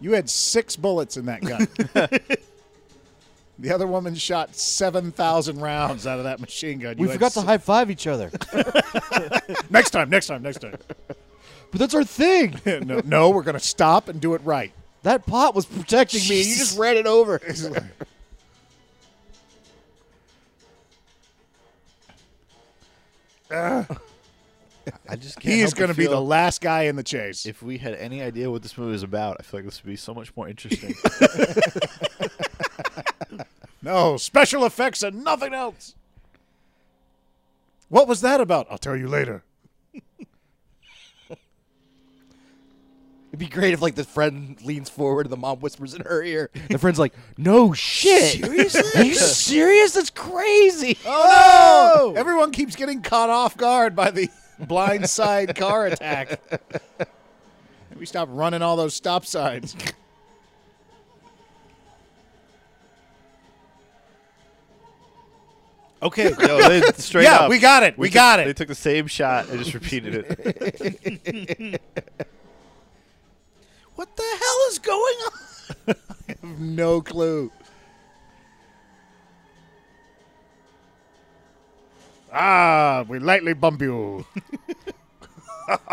S1: You had six bullets in that gun. the other woman shot seven thousand rounds out of that machine gun.
S2: We
S1: You had
S2: forgot to
S1: si-
S2: high five each other.
S1: Next time, next time, next time.
S2: but that's our thing.
S1: no, no, we're gonna stop and do it right.
S2: That pot was protecting me. and You just ran it over.
S5: I just can't
S1: He is
S5: help but
S1: gonna be the
S5: feel
S1: last guy in the chase.
S5: If we had any idea what this movie is about, I feel like this would be so much more interesting.
S1: No, special effects and nothing else. What was that about? I'll tell you later.
S2: It'd be great if like the friend leans forward and the mom whispers in her ear. The friend's like, "No shit, seriously? Are you serious? That's crazy."
S1: Oh, no! Everyone keeps getting caught off guard by the blindside car attack. And we stop running all those stop signs.
S3: Okay.
S5: Yo, they, straight
S1: yeah,
S5: up,
S1: we got it. We,
S5: took-
S1: got
S5: They
S1: it.
S5: took the same shot and just repeated it.
S3: what the hell is going on?
S1: no clue. Ah, we lightly bump you.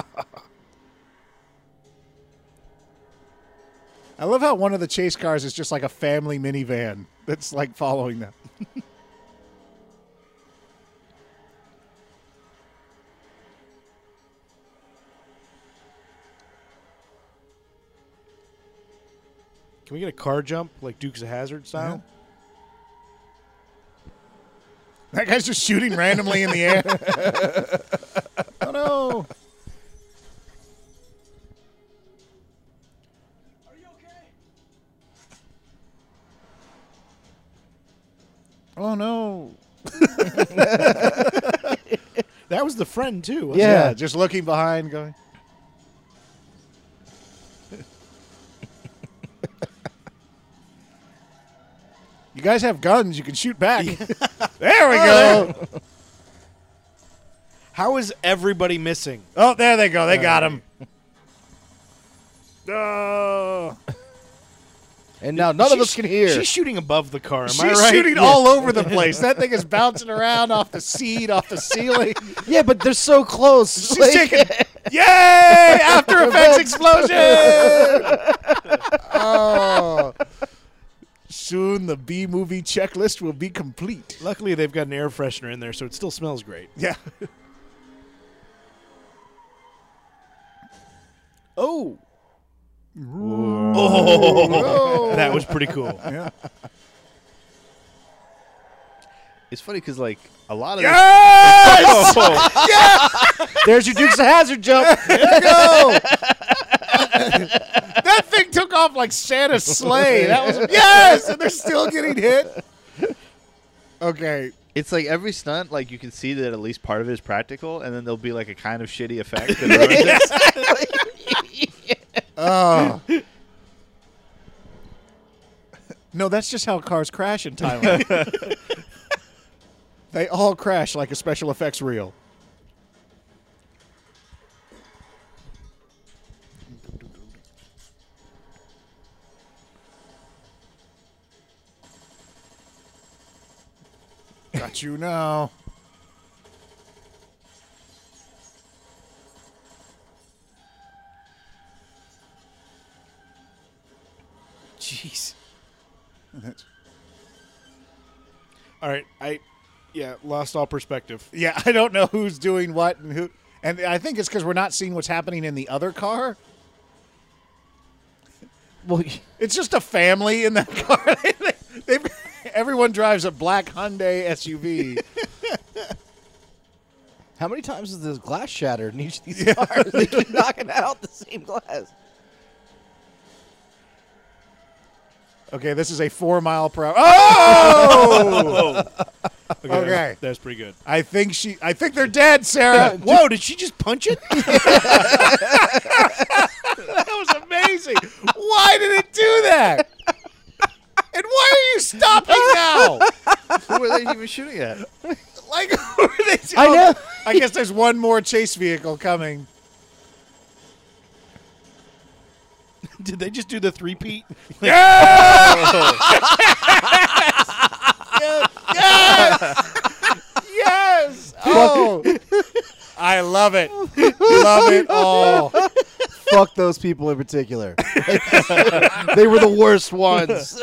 S1: I love how one of the chase cars is just like a family minivan that's like following them.
S3: Can we get a car jump like Dukes of Hazard style?
S1: That guy's just shooting randomly in the air. oh no! Oh no!
S3: That was the friend too. wasn't
S1: Yeah,
S2: Yeah.
S1: just looking behind, going. you guys have guns. You can shoot back. there we go.
S3: it? How is everybody missing?
S1: Oh, there they go. They got him. Oh.
S2: And now none of
S3: She's-
S2: us can hear.
S3: She's shooting above the car. Am
S1: She's
S3: I right?
S1: shooting all over the place. That thing is bouncing around off the seat, off the ceiling.
S2: yeah, but they're so close.
S1: She's taking. Yay! After Effects explosion. oh. Soon the B movie checklist will be complete.
S3: Luckily, they've got an air freshener in there, so it still smells great.
S1: Yeah.
S3: Oh,
S1: Oh.
S3: that was pretty cool.
S5: It's funny because like a lot of
S1: Yes!
S5: this. Oh,
S2: There's your Dukes of Hazard jump. go.
S1: that thing took off like Santa's sleigh. That was yes, and they're still getting hit. Okay,
S5: it's like every stunt, like you can see that at least part of it is practical, and then there'll be like a kind of shitty effect. that ruins it.
S1: no, that's just how cars crash in Thailand. they all crash like a special effects reel. Got you now.
S3: Jeez. All right, I yeah lost all perspective.
S1: Yeah, I don't know who's doing what and who. And I think it's because we're not seeing what's happening in the other car.
S2: Well,
S1: It's just a family in that car. they, they, everyone drives a black Hyundai SUV.
S2: how many times is this glass shattered in each of these cars? They keep knocking out the same glass.
S1: okay, this is a four mile per hour. Oh!
S3: Okay,
S1: Okay.
S3: that's pretty good.
S1: I think she. I think they're dead, Sarah.
S3: Whoa! Did she just punch it?
S1: that was amazing. Why did it do that? And why are you stopping now?
S5: Who are they even shooting at?
S1: Like, who are they?
S2: I know.
S1: I guess there's one more chase vehicle coming.
S3: Did they just do the three peat?
S1: Yes. Oh, I love it. Love it all.
S2: Fuck those people in particular. they were the worst ones.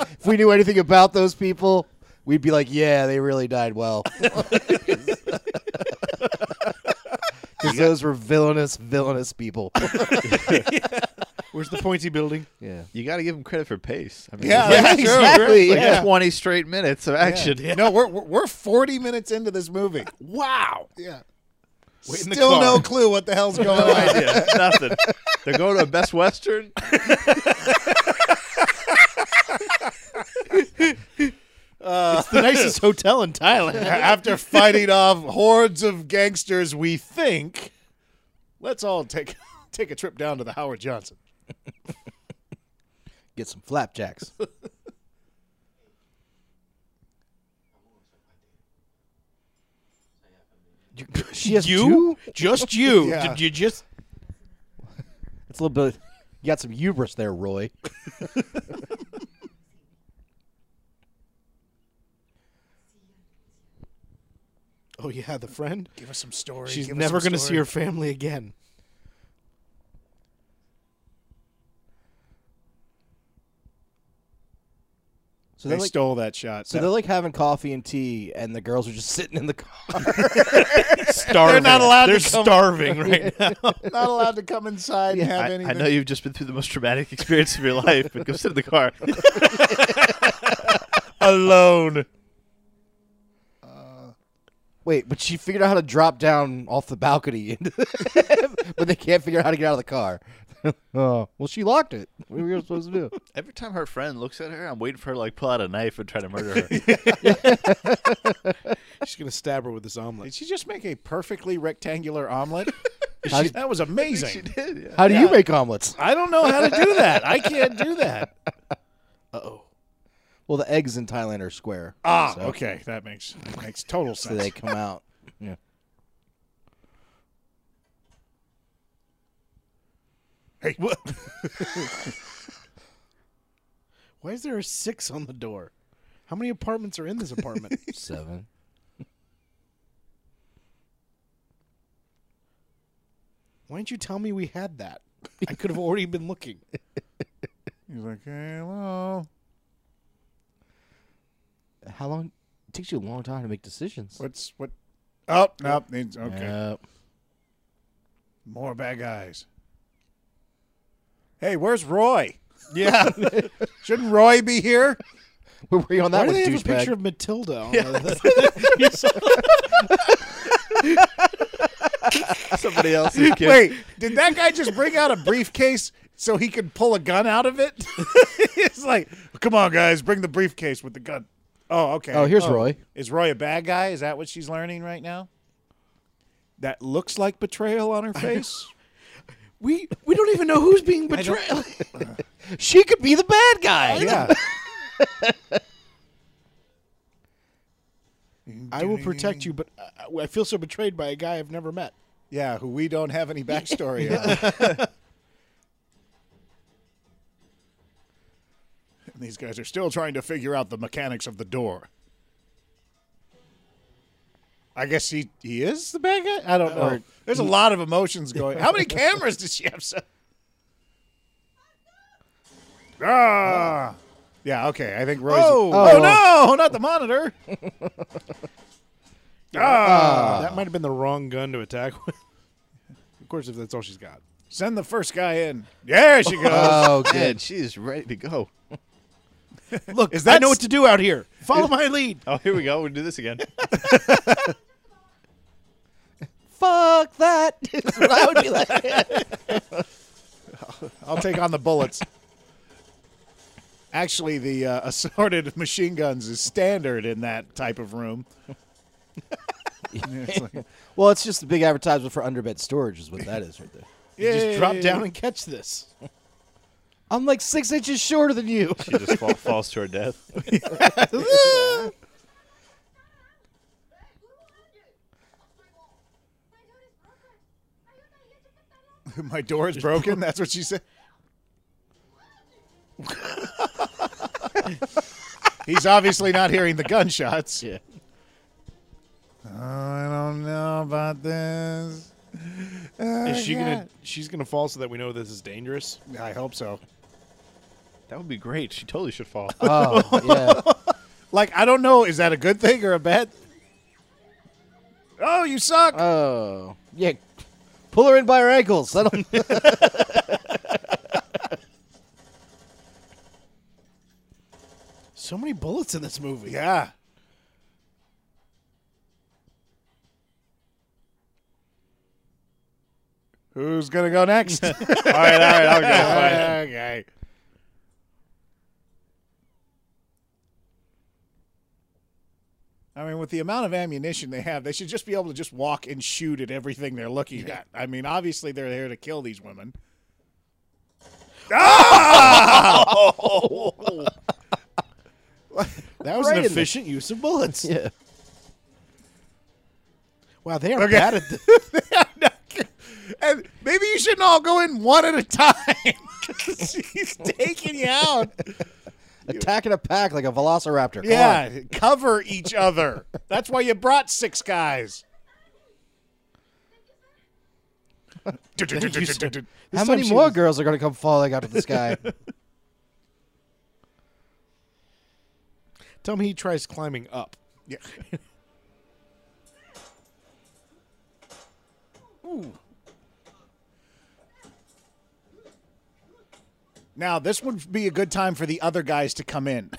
S2: if we knew anything about those people, we'd be like, yeah, they really died well. Because those were villainous, villainous people.
S3: Where's the pointy building?
S2: Yeah.
S5: You got to give them credit for pace. I mean,
S1: Yeah,
S5: it's
S1: that's true.
S2: exactly.
S5: like
S2: yeah.
S5: twenty straight minutes of action.
S1: No, we're we're- we're 40 minutes into this movie.
S3: Wow!
S1: Yeah.
S3: Wait in the
S1: Still
S3: car.
S1: no clue what the hell's going on.
S5: idea. Nothing. They're going to a Best Western.
S3: It's the nicest hotel in Thailand.
S1: After fighting off hordes of gangsters, we think let's all take take a trip down to the Howard Johnson.
S2: Get some flapjacks. She has
S3: You?
S2: two?
S3: Just you?
S1: Yeah.
S3: Did you just?
S2: It's a little bit. You got some hubris there, Roy.
S3: Oh yeah, the friend.
S1: Give us some story.
S3: She's
S1: give us
S3: never
S1: some
S3: going to see
S1: story.
S3: her family again.
S2: So
S1: They
S2: they're like,
S1: stole that shot.
S2: so they're like having coffee and tea, and the girls are just sitting in the car.
S3: Starving. They're
S1: not allowed
S3: They're
S1: to come-
S3: starving right now.
S1: not allowed to come inside and have
S5: I, I
S1: anything.
S5: know you've just been through the most traumatic experience of your life, but go sit in the car.
S3: Alone.
S2: Wait, but she figured out how to drop down off the balcony, into but they can't figure out how to get out of the car. oh, well, she locked it. What were you supposed to do?
S5: Every time her friend looks at her, I'm waiting for her to like pull out a knife and try to murder her.
S3: She's gonna stab her with this omelet.
S1: Did she just make a perfectly rectangular omelet?
S2: How do-
S1: that was amazing.
S5: did, yeah.
S2: How do you make omelets?
S1: I don't know how to do that. I can't do that.
S2: Well, the eggs in Thailand are square,
S1: Ah, okay, that makes makes total
S2: so
S1: sense.
S2: they come out. Yeah.
S1: Hey,
S3: Why is there a six on the door? How many apartments are in this apartment?
S2: Seven.
S3: Why didn't you tell me we had that? I could have already been looking.
S1: he's like, hello.
S2: How long? It takes you a long time to make decisions.
S1: What's what? Oh no, it's- okay.
S2: Yep.
S1: More bad guys. Hey, where's Roy?
S5: Yeah.
S1: Shouldn't Roy be here?
S2: Where were you on that
S3: Why do
S2: one,
S3: they have a
S2: douchebag?
S3: picture of Matilda? On the-
S5: Somebody else's kid.
S1: Wait, did that guy just bring out a briefcase so he could pull a gun out of it? it's like, come on, guys, bring the briefcase with the gun. Oh, okay.
S2: Oh, here's Roy.
S1: Is Roy a bad guy? Is that what she's learning right now? That looks like betrayal on her face.
S3: we we don't even know who's being betrayed.
S2: She could be the bad guy.
S1: yeah.
S3: I will protect you, but I, I feel so betrayed by a guy I've never met.
S1: Yeah, who we don't have any backstory on. And These guys are still trying to figure out the mechanics of the door. I guess he, he is the bad guy? I don't know. There's a lot of emotions going. How many cameras does she have? set? ah! Yeah, okay. I think Roy's.
S3: Oh!
S1: oh no! Not the monitor! Ah!
S3: that might have been the wrong gun to attack with. of course, if that's all she's got.
S1: Send the first guy in. There she goes.
S2: Oh,
S5: Man,
S2: good.
S5: she is ready to go.
S3: Look,
S1: Is
S3: is
S1: that
S3: that I know what
S1: s-
S3: to do out here. Follow my lead.
S5: Oh, here we go. We'll do this again.
S2: Fuck that. That's what I would be like.
S1: I'll take on the bullets. Actually, the uh, assorted machine guns is standard in that type of room. It's like,
S2: well, it's just a big advertisement for underbed storage, is what that is right there.
S3: You Just drop
S1: "Yay."
S3: down and catch this.
S2: I'm like six inches shorter than you.
S5: She just fall, falls to her death.
S6: My door is broken. Are you not here to fix that?
S1: My door is broken. That's what she said. He's obviously not hearing the gunshots.
S2: Yeah.
S1: I don't know about this.
S3: Is she gonna? She's gonna fall so that we know this is dangerous.
S1: I hope so.
S5: That would be great. She totally should fall.
S2: Oh, yeah.
S1: Like, I don't know. Is that a good thing or a bad? Oh, you suck.
S2: Oh. Yeah. Pull her in by her ankles. I don't.
S3: So many bullets in this movie.
S1: yeah. Who's gonna go next?
S5: all right, all right. I'll go. All right.
S1: okay. I mean, with the amount of ammunition they have, they should just be able to just walk and shoot at everything they're looking at. I mean, obviously they're there to kill these women.
S3: That was
S2: Right in
S3: an
S2: the-
S3: efficient use of bullets.
S2: Yeah.
S3: Wow, they are
S1: Okay.
S3: bad at this.
S1: and maybe you shouldn't all go in one at a time. She's taking you out.
S2: Attacking a pack like a velociraptor. Come on.
S1: Yeah, cover each other. That's why you brought six guys.
S2: How
S3: time
S2: many
S3: she
S2: more
S3: was-
S2: girls are going to come falling out of the sky?
S3: Tell me he tries climbing up.
S1: Yeah. Now, this would be a good time for the other guys to come in.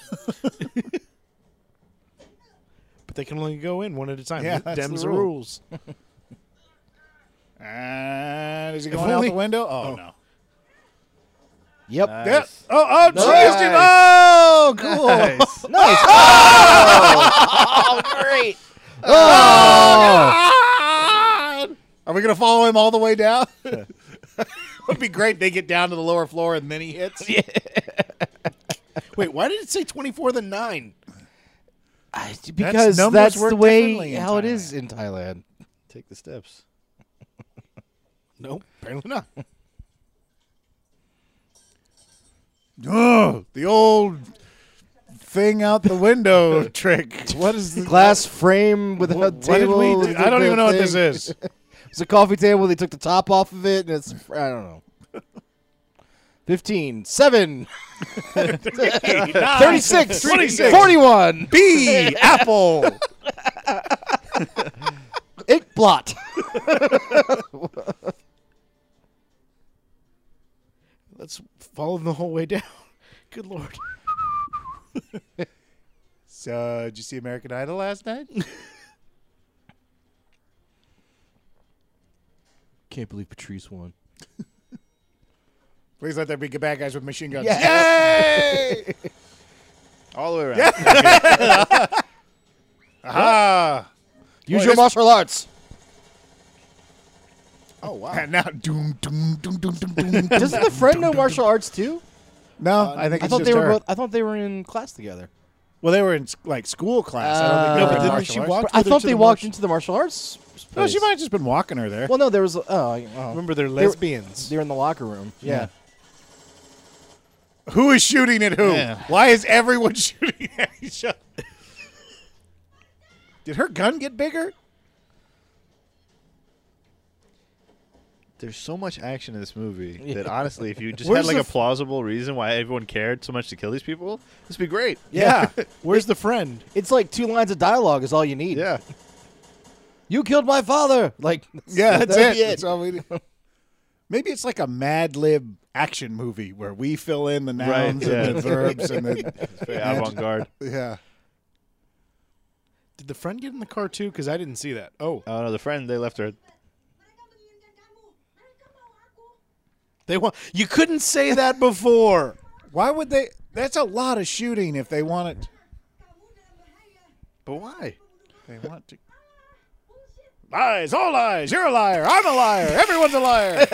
S3: But They can only go in one at a time.
S1: Yeah, that's
S3: Them's
S1: the
S3: the
S1: rule.
S3: rules.
S1: And is he
S3: If
S1: going out
S3: only-
S1: the window? Oh, no.
S7: Yep.
S1: Yeah. Oh, oh, nice.
S7: Nice.
S1: Oh, cool.
S7: Nice. Oh, great.
S1: Are we going to follow him all the way down? it would be great. They get down to the lower floor and then he hits.
S3: Wait, why did it say 24 than 9?
S7: Because that's,
S1: numbers work
S7: the way
S1: differently in
S7: how it is in Thailand.
S5: Take the steps.
S3: Nope, apparently not.
S1: Ugh, Oh, the old thing out the window trick. What is the
S7: Glass frame with a
S1: What did
S7: table.
S1: we do?
S7: with
S1: I don't
S7: the
S1: even know what this
S7: thing.
S1: is.
S7: It's a coffee table. They took the top off of it, and it's I don't know. 15, 7, 36,
S1: 26.
S7: 41,
S1: B apple.
S7: ink blot.
S3: Let's follow them the whole way down. Good lord.
S1: So, uh, did you see American Idol last night?
S2: Can't believe Patrice won.
S1: Please let there be good bad guys with machine guns. Yay!
S5: All the way around.
S1: Aha!
S7: Use
S1: Boy,
S7: your
S1: this-
S7: martial arts.
S1: Oh wow! And now doom doom doom doom doom doom.
S2: Doesn't the friend know martial arts too?
S1: no, I think
S2: I
S1: it's
S2: thought
S1: just
S2: they were
S1: her.
S2: both. I thought they were in class together.
S1: Well, they were in s- like school class. I don't think they
S3: No,
S1: were
S3: but
S1: in
S3: didn't
S1: martial
S3: she
S1: arts.
S3: walk-
S2: But
S3: Let's
S2: I
S3: go to
S2: thought
S3: the
S2: they
S3: martial-
S2: walked into the martial arts.
S1: No, she
S2: place.
S1: might have just been walking her there.
S2: Well, no, there was. Oh, oh.
S3: Remember, they're
S2: They were-
S3: lesbians.
S2: they were in the locker room. Yeah.
S1: who is shooting at who?
S5: Yeah.
S1: Why is everyone shooting at each other? Did her gun get bigger?
S5: There's so much action in this movie
S2: Yeah.
S5: that honestly, if you just
S3: Where's
S5: had like
S3: the
S5: a
S3: f-
S5: plausible reason why everyone cared so much to kill these people, this would be great.
S1: Yeah.
S3: Where's the friend?
S2: It's like two lines of dialogue is all you need.
S5: Yeah.
S2: You killed my father. Like.
S1: Yeah, that's
S2: that'd
S1: it.
S2: be
S1: That's all we do. Maybe it's like a Mad Lib action movie where we fill in the nouns
S5: Right,
S1: and
S5: yeah.
S1: the verbs and the
S5: It's very avant garde.
S1: yeah.
S3: Did the friend get in the car too? Because I didn't see that. Oh,
S5: Oh no, the friend they left her.
S6: Mereka menginginkan kamu. Mereka mau aku.
S3: they want. You couldn't say that before.
S1: Why would they? That's a lot of shooting if they want it.
S6: Kamu dalam bahaya.
S5: But why?
S1: They want to.
S6: Bullshit.
S1: Lies, all lies. You're a liar. I'm a liar. Everyone's a liar.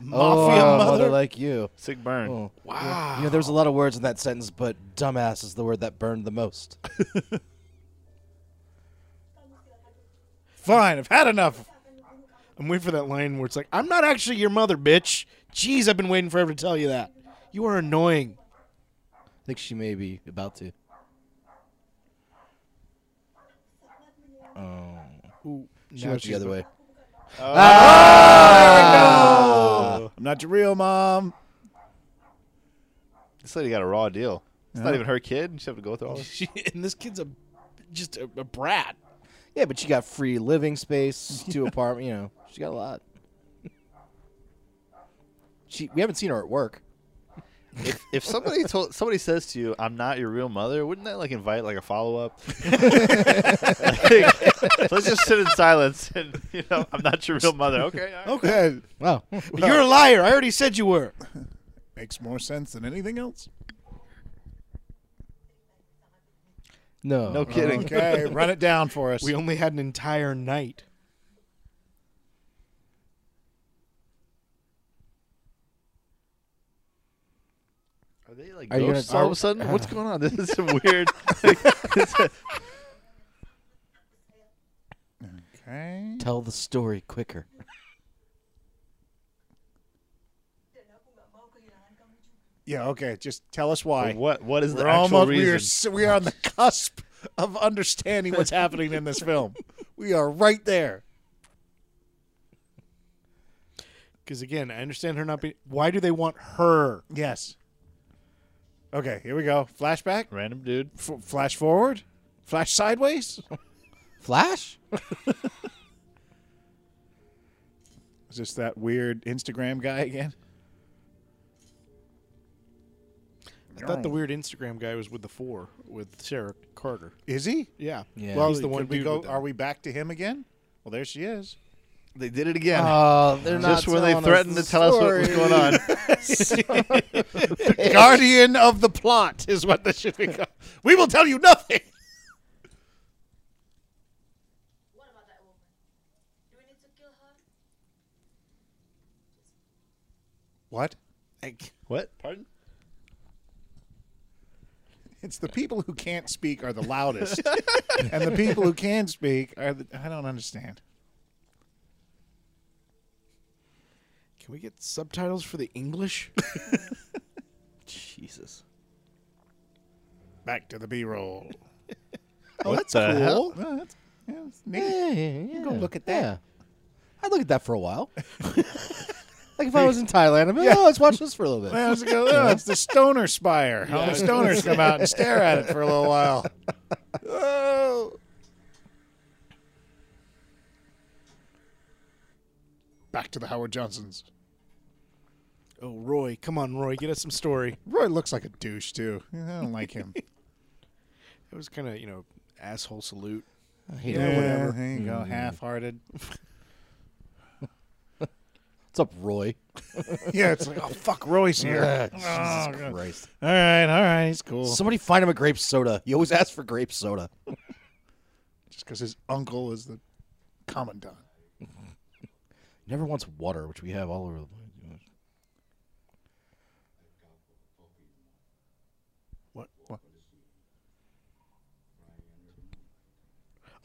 S3: Mafia
S7: Oh,
S3: mother.
S7: like you.
S5: Sick burn.
S2: Oh.
S3: Wow.
S2: You know, there's a lot of words in that sentence, but dumbass is the word that burned the most.
S1: Fine, I've had enough.
S3: I'm waiting for that line where it's like, I'm not actually your mother, bitch. Jeez, I've been waiting forever to tell you that. You are annoying.
S2: I think she may be about to.
S3: Ooh,
S2: She
S3: now
S2: went the
S3: she's
S2: other
S3: bu-
S2: way.
S1: I'm not your real mom.
S5: This lady got a raw deal. It's not even her kid. and She have to go through all this.
S3: She, and this kid's a just a, a brat.
S2: Yeah, but she got free living space, two apartment. You know, she got a lot. She, we haven't seen her at work.
S5: if, if somebody told somebody says to you, "I'm not your real mother," wouldn't that like invite like a follow up? let's just sit in silence and you know, I'm not your real mother. Okay. all right.
S1: Okay.
S2: Wow.
S3: You're a liar. I already said you were.
S1: Makes more sense than anything else.
S2: No.
S5: No kidding.
S1: Okay, run it down for us.
S3: We only had an entire night.
S5: Are they like
S2: Are you
S5: ghosts
S2: gonna- Uh.
S5: all
S2: are-
S5: of a sudden? What's going on? This is some weird.
S1: Okay.
S2: Tell the story quicker.
S6: Dan aku nggak mau kehilangan kamu juga.
S1: Yeah. Okay. Just tell us why.
S5: what what is the
S1: We're
S5: actual
S1: almost we are, s-
S5: reason?
S1: we are on the cusp of understanding what's happening in this film. We are right there.
S3: Because again, I understand her not being. Why do they want her?
S1: Yes. Okay. Here we go. Flashback.
S5: Random dude.
S1: F- flash forward. Flash sideways.
S2: Flash?
S1: Is this that weird Instagram guy again?
S3: I thought the weird Instagram guy was with the four with Sarah Carter.
S1: Is he?
S3: Yeah, yeah.
S1: Well,
S3: he's the one.
S1: could we
S3: dude
S1: go?
S3: with them.
S1: Are we back to him again? Well, there she is.
S5: They did it again.
S2: Uh,
S7: Oh, they're
S5: just when they threatened to tell us what was going on.
S1: Guardian of the plot is what this should be called. We will tell you nothing.
S6: What about that woman? Do we need to kill her?
S1: What?
S5: what? Pardon?
S1: It's the people who can't speak are the loudest, and the people who can speak are. The, I don't understand.
S3: Can we get subtitles for the English?
S2: Jesus.
S1: Back to the B-roll.
S5: what the hell?
S1: Well, that's, yeah, that's neat.
S2: Yeah, yeah.
S1: Go look at that.
S2: I'd look at that for a while.
S7: Like if I was in Thailand, I'd be like, oh, let's watch this for a little bit.
S1: I was going, oh, it's the stoner spire. All the stoners come out and stare at it for a little while. Oh. Back to the Howard Johnsons.
S3: oh, Roy, come on, Roy, get us some story.
S1: Roy looks like a douche too. I don't like him.
S3: It was kind of you know asshole salute.
S1: yeah, whatever. There you
S3: Mm-hmm.
S1: go, half-hearted.
S7: What's up, Roy?
S1: Yeah, it's like, oh fuck, Roy's here.
S7: Jesus
S1: Oh, God.
S7: Christ.
S1: All right, all right, he's cool.
S7: Somebody find him a grape soda. You always ask for grape soda.
S1: Just because his uncle is the commandant.
S7: Never wants water, which we have all over the place.
S1: What? What?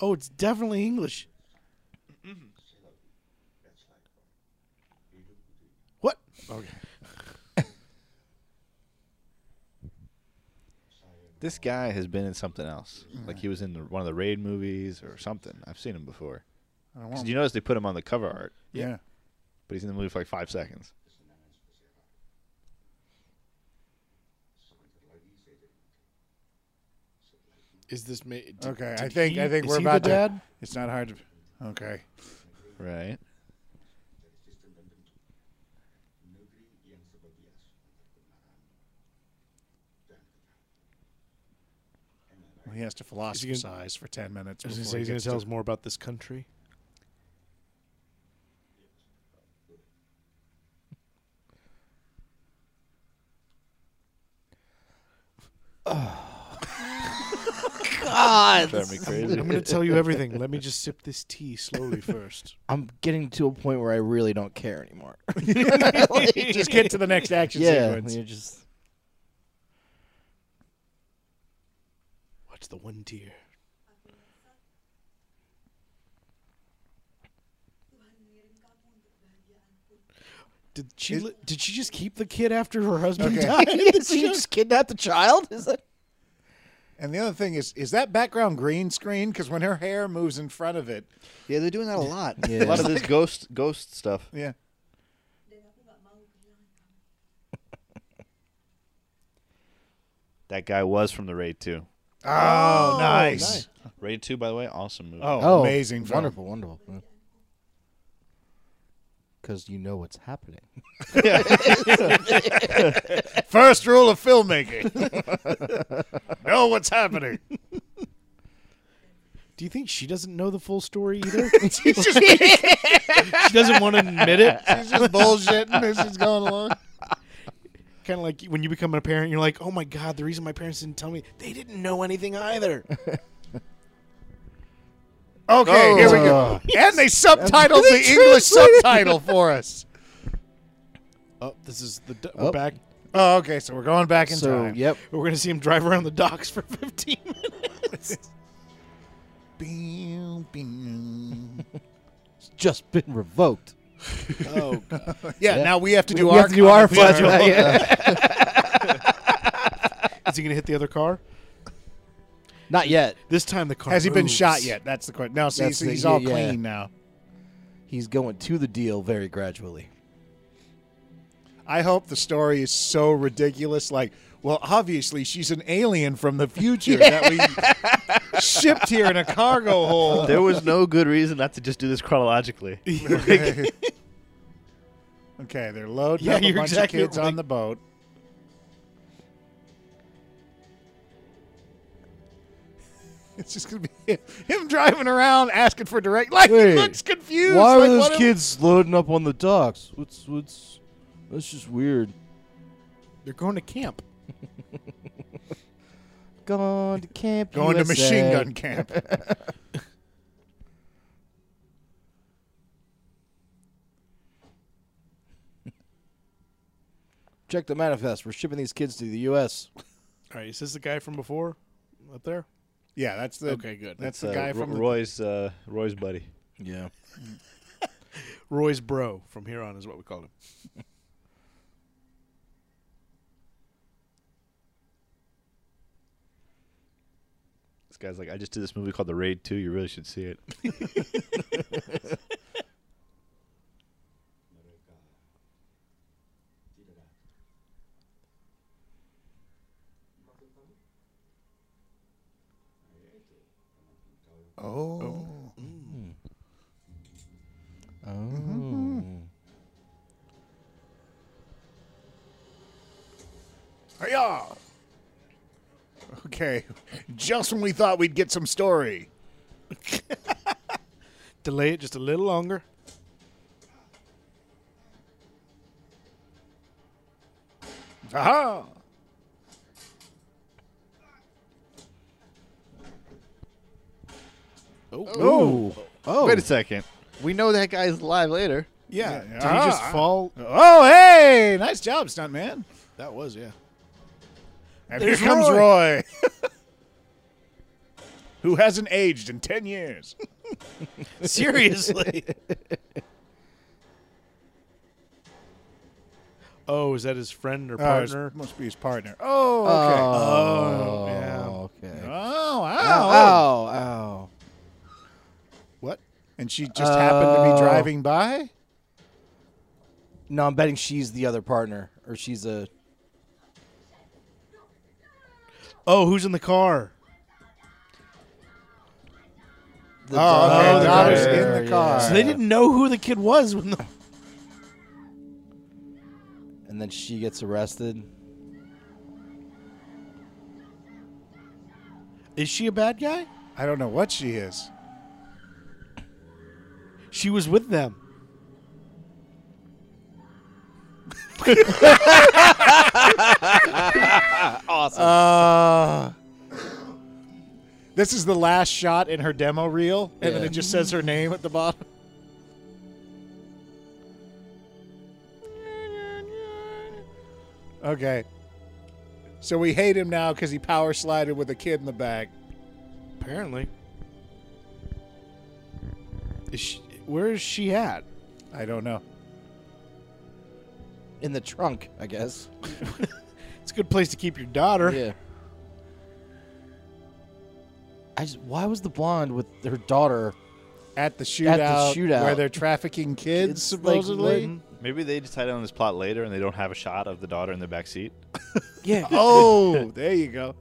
S3: Oh, it's definitely English. what? Okay.
S5: This guy has been in something else. Like he was in the, one of the Raid movies or something. I've seen him before.
S1: I don't
S5: 'Cause
S1: want.
S5: you notice they put him on the cover art,
S1: yeah.
S5: but he's in the movie for like five seconds.
S3: Is this ma- did-
S1: Okay, I
S3: did
S1: think
S3: he-
S1: I think
S3: is
S1: we're
S3: he the
S1: about
S3: dad?
S1: to. It's not hard to. Okay.
S5: Right.
S1: Well, he has to
S3: gonna-
S1: philosophize for ten minutes.
S3: I was gonna
S1: before
S3: say
S1: he
S3: he's gonna
S1: gets
S3: tell
S1: to-
S3: us more about this country.
S5: Driving me
S3: I'm
S5: crazy.
S3: gonna tell you everything. Let me just sip this tea slowly first.
S7: I'm getting to a point where I really don't care anymore.
S1: Just get to the next action
S7: yeah,
S1: sequence.
S7: you're just
S3: What's the one deer? Did she li- did she just keep the kid after her husband
S1: Okay.
S3: died?
S7: so you just kidnapped the child? Is that
S1: And the other thing is, is that background green screen? Because when her hair moves in front of it,
S5: Yeah, they're doing that a lot.
S7: Yeah.
S5: A lot of this ghost ghost stuff.
S1: yeah.
S6: Dan aku gak mau kehilangan kamu.
S5: That guy was from the Raid 2.
S1: Oh, nice.
S5: Raid 2, by the way, awesome movie.
S1: Oh, amazing! film.
S7: Wonderful, wonderful. Because you know what's happening.
S1: First rule of filmmaking: know what's happening.
S3: Do you think she doesn't know the full story either? she doesn't want to admit it.
S1: She's just bullshitting as she's going along.
S3: Kind of like when you become a parent, you're like, "Oh my god, the reason my parents didn't tell me, they didn't know anything either."
S1: Okay, here we go. And they subtitled the English subtitle for us.
S3: oh, this is the du- we're back.
S1: Oh, okay. So we're going back in
S7: so,
S1: time.
S7: yep.
S3: We're gonna see him drive around the docks for 15 minutes.
S1: Bing, bing.
S7: It's just been revoked.
S3: oh god.
S1: Yeah, Now we have to do
S7: we
S1: our
S7: have to do our
S1: commentary.
S7: flashback. yeah.
S3: Is he gonna hit the other car?
S7: Not yet.
S3: This time the car
S1: Has he been
S3: moves.
S1: shot yet? That's the question. No, see,
S7: That's
S1: see,
S7: the-
S1: he's all
S7: yeah, yeah.
S1: clean now.
S7: He's going to the deal very gradually.
S1: I hope the story is so ridiculous. Like, well, obviously she's an alien from the future that we shipped here in a cargo hold.
S5: There was no good reason not to just do this chronologically.
S1: Okay, they're loading
S3: Yeah,
S1: up a
S3: you're
S1: bunch
S3: exactly
S1: of kids
S3: right.
S1: on the boat. It's just gonna be him, him driving around asking for direct. Like
S2: Wait,
S1: he looks confused.
S2: Why are
S1: like,
S2: those
S1: what am-
S2: kids loading up on the docks? What's what's? That's just weird.
S3: They're going to camp.
S2: Going to camp.
S1: going to machine
S2: USA.
S1: gun camp?
S2: Check the manifest. We're shipping these kids to the U.S.
S3: All right, is this the guy from before up there?
S1: yeah, that's the
S3: Okay, good.
S1: That's
S5: Uh,
S1: the guy
S5: Ro-
S1: from the,
S5: Roy's uh, Roy's buddy.
S2: Yeah.
S3: Roy's bro from here on is what we called him.
S5: This guy's like, I just did this movie called The Raid 2. You really should see it.
S1: Hiya! Okay, just when we thought we'd get some story.
S3: Delay it just a little longer.
S1: Aha!
S2: Oh. Oh.
S5: Wait a second. We know that guy's alive later.
S3: Yeah. Did
S1: Ah.
S3: he just fall?
S1: Oh, hey! Nice job, stuntman.
S3: That was yeah.
S1: And
S3: There's
S1: here comes
S3: Roy.
S1: Roy, who hasn't aged in 10 years.
S3: Seriously. oh, is that his friend or
S1: Uh, his-
S3: partner?
S1: must be his partner. Oh, okay.
S3: oh, yeah.
S2: Okay.
S3: uh,
S1: oh,
S2: Ow!
S1: wow.
S2: Ow! Ow!
S1: What? And she just happened to
S2: Oh.
S3: Uh,
S1: be driving by?
S2: No, I'm betting she's the other partner, or she's a.
S3: Oh, who's in the car?
S2: The
S1: Oh, okay.
S3: the
S1: daughter's
S2: daughter,
S1: in the car.
S3: So they didn't know who the kid was when the
S2: And then she gets arrested.
S3: Is she a bad guy?
S1: I don't know what she is.
S3: She was with them.
S1: Uh. This is the last shot in her demo reel, and then it just says her name at the bottom. Okay. So we hate him now because he power slided with a kid in the back.
S3: Apparently. Is she, where is she at?
S1: I don't know.
S2: In the trunk, I guess.
S3: It's a good place to keep your daughter.
S2: Yeah. I just, why was the blonde with her daughter?
S1: At the shootout,
S2: shootout.
S1: where they're trafficking kids,
S2: It's like
S1: supposedly.
S2: when-
S5: Maybe they decided on this plot later and they don't have a shot of the daughter in the back seat.
S2: Yeah.
S1: oh, there you go.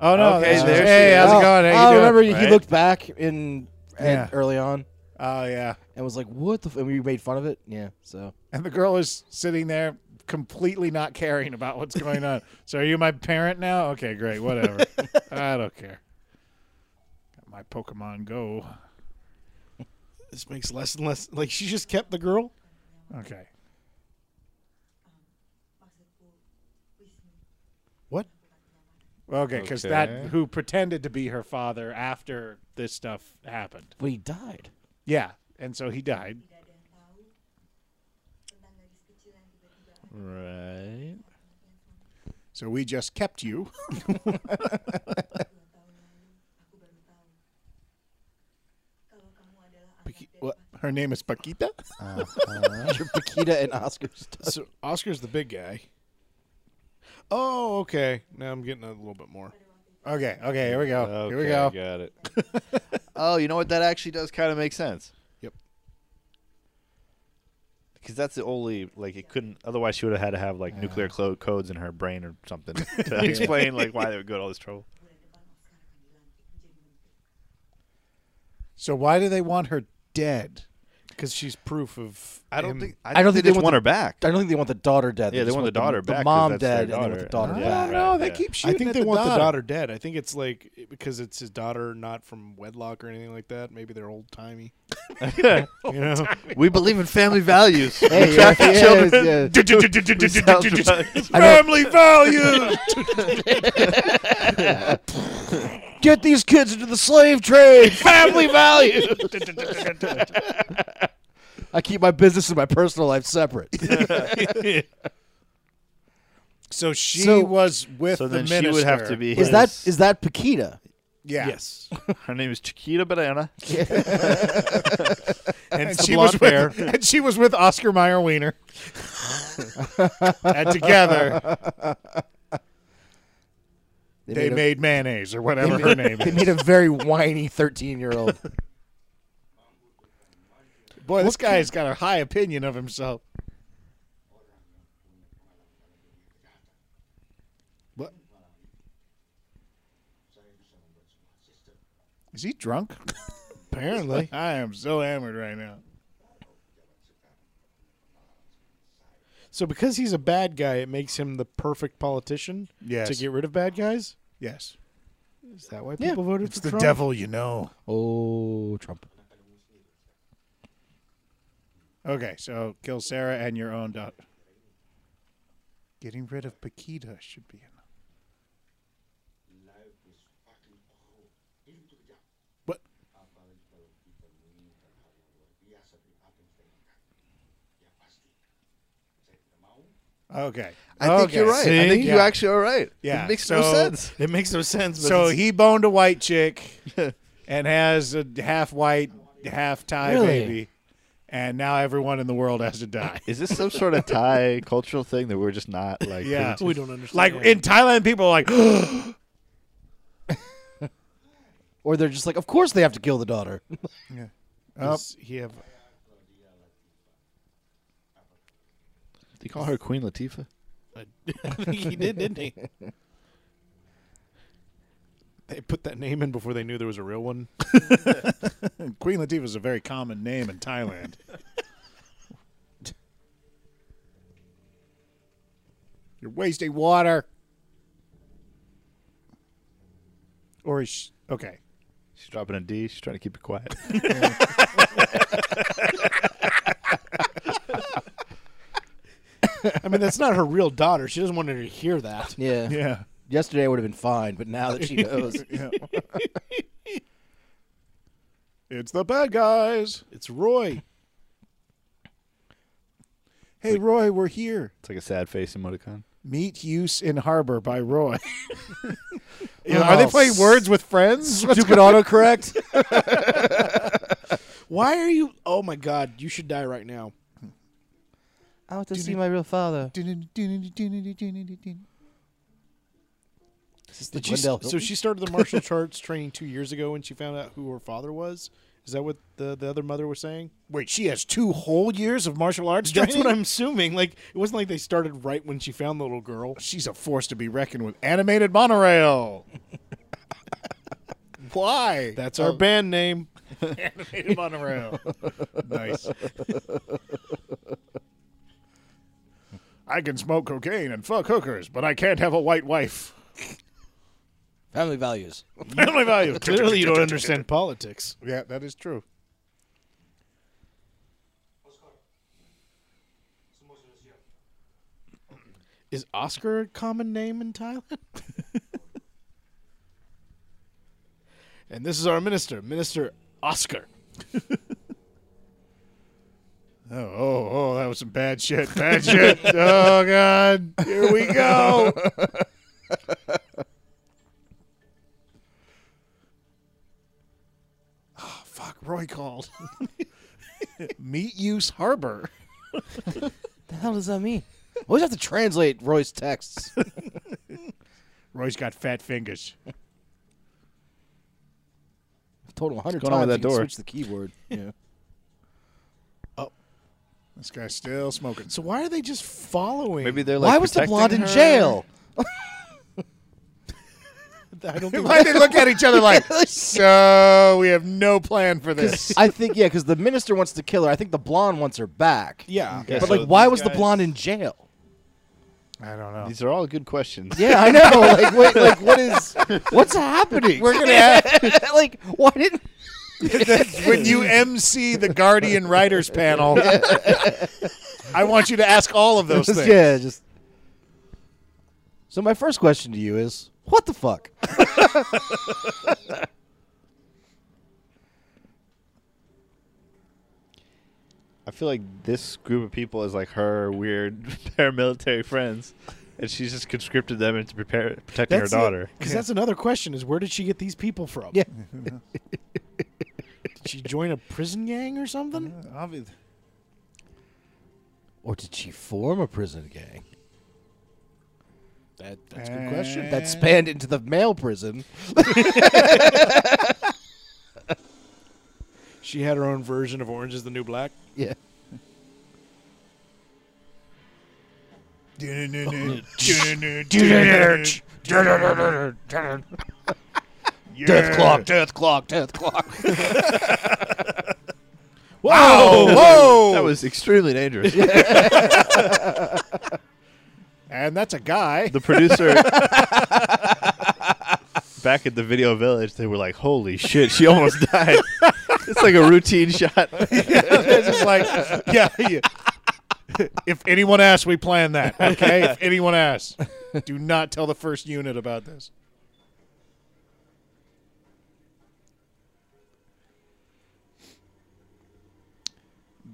S1: Oh no!
S5: Okay,
S1: that's-
S5: there she
S1: hey, how's
S2: Oh,
S1: it going? How you
S2: oh,
S1: doing?
S2: remember he
S5: Right?
S2: looked back in
S1: Yeah.
S2: at- early on
S1: Oh yeah.
S2: and was like, "What the?" F-? And we made fun of it. Yeah. So
S1: And the girl is sitting there completely not caring about what's going on. so are you my parent now? Okay, great, whatever. I don't care. Got my Pokemon Go.
S3: This makes less and less like she just kept the girl.
S1: Okay.
S3: What?
S1: Okay, because that
S5: Okay.
S1: who pretended to be her father after this stuff happened.
S2: but he died.
S1: Yeah. And so he died.
S5: Right.
S1: So we just kept you.
S3: What?
S1: Her name is Paquita?
S2: Your Paquita and Oscar's daughter.
S3: So Oscar's the big guy. Oh, okay. Now I'm getting a little bit more.
S1: Okay, okay, here we go. here we
S5: Okay,
S1: go.
S5: Got it. oh, you know what? That actually does kind of make sense.
S3: Yep.
S5: Because that's the only like it couldn't. Otherwise, she would have had to have like nuclear clo- codes in her brain or something to explain like why they would go to all this trouble.
S1: So why do they want her dead?
S3: because she's proof of.
S5: I don't
S3: him-
S5: think.
S7: I don't think they
S5: just
S7: want
S5: want
S7: the-
S5: her back.
S7: I don't think they want the daughter dead.
S5: Yeah, they
S7: just
S5: want the daughter
S7: the,
S5: back 'cause
S7: mom
S5: that's their
S7: dead, and they want the daughter
S5: daughter.
S1: I
S5: Yeah.
S7: back.
S1: don't know. They
S5: yeah.
S1: keep shooting.
S3: I think
S1: at
S3: they
S1: the
S3: want
S1: daughter.
S3: the daughter dead. I think it's like because it's his daughter, not from wedlock or anything like that. Maybe they're old timey. you know,
S5: We believe in family values.
S7: Hey, yeah, yeah, yeah, yeah.
S4: Family values.
S7: Get these kids into the slave trade. Family values. I keep my business and my personal life separate.
S1: So she
S2: So-
S1: was with
S5: so
S1: the
S5: then
S1: minister.
S5: she would have to be.
S2: Is that is that Paquita?
S1: Yeah.
S3: yes,
S5: her name is Chiquita Banana?
S3: and,
S1: And
S3: the
S1: she was
S3: blonde hair.
S1: with, and she was with Oscar Mayer Wiener. and together they
S7: made a-
S1: made mayonnaise or whatever her name
S7: They
S1: is.
S7: made a very whiny 13 year old.
S1: Boy, this guy's got a high opinion of himself. What? Is he drunk?
S3: Apparently,
S1: I am so hammered right now.
S3: so because he's a bad guy, it makes him the perfect politician
S1: Yes.
S3: to get rid of bad guys.
S1: Yes.
S3: Is that why people voted
S1: It's
S3: for
S1: the
S3: Trump?
S1: devil, you know.
S7: Oh, Trump.
S1: Okay, so kill Sarah and your own daughter. Getting rid of Paquita should be enough. What? Okay.
S5: I think
S1: Okay.
S5: you're right. I think
S1: See?
S5: you
S1: Yeah.
S5: actually are right.
S1: Yeah,
S5: It makes
S1: so-
S5: no sense.
S3: It makes no sense. But
S1: So
S3: it's-
S1: he boned a white chick and has a half white, half Thai
S7: Really?
S1: baby, and now everyone in the world has to die.
S5: Is this some sort of Thai cultural thing that we're just not like?
S1: Yeah.
S3: we don't understand.
S1: Like in Thailand, people are like,
S7: Or they're just like, of course they have to kill the daughter.
S3: Does
S1: Oh.
S3: he have
S5: They call her Queen Latifah.
S3: I think he did, didn't he? They put that name in before they knew there was a real one.
S1: Queen Latifah is a very common name in Thailand. You're wasting water. Or is she, okay.
S5: She's dropping a D. She's trying to keep it quiet.
S3: I mean, that's not her real daughter. She doesn't want her to hear that.
S7: Yeah.
S1: Yeah.
S7: Yesterday would have been fine, but now that she knows.
S1: It's the bad guys.
S3: It's Roy.
S1: Hey Roy, we're here.
S5: It's like a sad face emoticon.
S1: Meet Use in Harbor by Roy. Yeah, Are they playing words with friends?
S7: Stupid autocorrect.
S3: Why are you? Oh my God! You should die right now.
S7: I want to see my real father.
S3: Did she, so she started the martial arts training two years ago when she found out who her father was. Is that what the, the other mother was saying?
S1: Wait, she has two whole years of martial arts
S3: That's what
S1: training?
S3: I'm assuming. Like it wasn't like they started right when she found the little girl.
S1: She's a force to be reckoned with. Animated monorail. Why?
S3: That's our band name.
S1: Animated monorail. nice. I can smoke cocaine and fuck hookers, but I can't have a white wife.
S7: Family values.
S1: Family values.
S3: Clearly, you don't understand politics.
S1: Yeah, that is true.
S3: Is Oscar a common name in Thailand? and this is our minister, Minister Oscar.
S1: Oh, oh, oh, that was some bad shit. Bad shit. Oh, God. Here we go. oh, fuck. Roy called. Meat Use Harbor.
S7: The hell does that mean? Always have to translate Roy's texts.
S1: Roy's got fat fingers.
S7: I've told him a hundred
S5: What's
S7: times.
S5: going on with
S7: you
S5: that
S7: can
S5: door?
S7: Switch the keyboard. Yeah.
S1: This guy's still smoking.
S3: So why are they just following?
S5: Maybe they're like.
S7: Why was the
S5: protecting
S7: blonde in
S5: her?
S7: jail?
S3: I don't think
S1: Why they look at each other like, so we have no plan for this.
S2: I think yeah, because the minister wants to kill her. I think the blonde wants her back.
S3: Yeah.
S5: Yeah,
S2: but
S5: so
S2: like, why
S5: these
S2: was the
S5: guys-
S2: blonde in jail?
S1: I don't know.
S5: These are all good questions.
S2: Yeah, I know. like, what, like, what is what's happening?
S1: We're gonna have
S2: like, why didn't?
S1: when you MC the Guardian writers panel. I want you to ask all of those things.
S2: yeah, just. So my first question to you is, what the fuck?
S5: I feel like this group of people is like her weird paramilitary friends, and she's just conscripted them into prepare, protecting her daughter.
S3: Because that's another question: is where did she get these people from?
S2: Yeah.
S3: did she join a prison gang or something?
S1: Obvi-
S2: Or did she form a prison gang
S3: That, that's a good question.
S2: that spanned into the male prison?
S3: She had her own version of Orange Is the New Black.
S2: Yeah. Death clock, death clock, death clock.
S1: Whoa, whoa!
S5: That was extremely dangerous.
S1: and that's a guy.
S5: The producer. Back at the video village, they were like, "Holy shit, she almost died!" it's like a routine shot.
S1: It's just like, yeah, yeah. If anyone asks, we plan that. Okay. If anyone asks, do not tell the first unit about this.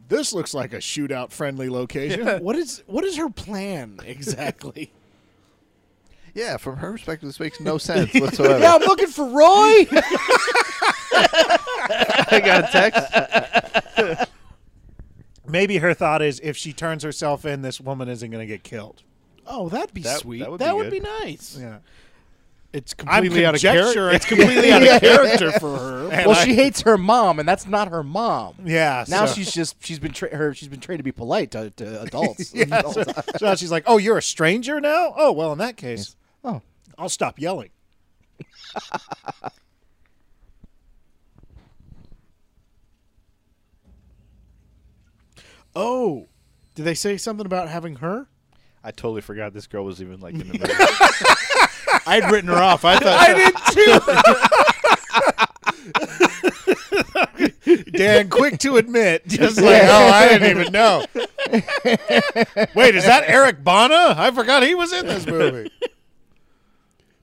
S1: This looks like a shootout-friendly location.
S3: What is what is her plan exactly?
S5: yeah, from her perspective, this makes no sense whatsoever.
S2: I'm looking for Roy.
S5: I got a text.
S1: Maybe her thought is, if she turns herself in, this woman isn't going to get killed.
S3: oh, that'd be
S5: That-
S3: sweet.
S5: that would be good.
S3: nice.
S1: Yeah.
S3: It's
S1: I'm
S3: completely out of
S1: conjecturing.
S3: character.
S1: It's completely out of character.
S3: for her.
S1: And
S2: well,
S1: I-
S2: she hates her mom, and that's not her mom.
S1: Yeah.
S2: Now
S1: so-
S2: she's just she's been tra- her she's been trained to be polite to, to adults.
S1: Yeah, so, so now she's like, "Oh, you're a stranger now? Oh, well, in that case,
S2: Oh.
S1: I'll stop yelling."
S3: Oh, did they say something about having her?
S5: I totally forgot this girl was even like in the movie.
S3: I'd written her off. I thought I did
S1: Dan, quick to admit, just like, "Oh, I didn't even know." Wait, is that Eric Bana? I forgot he was in this movie.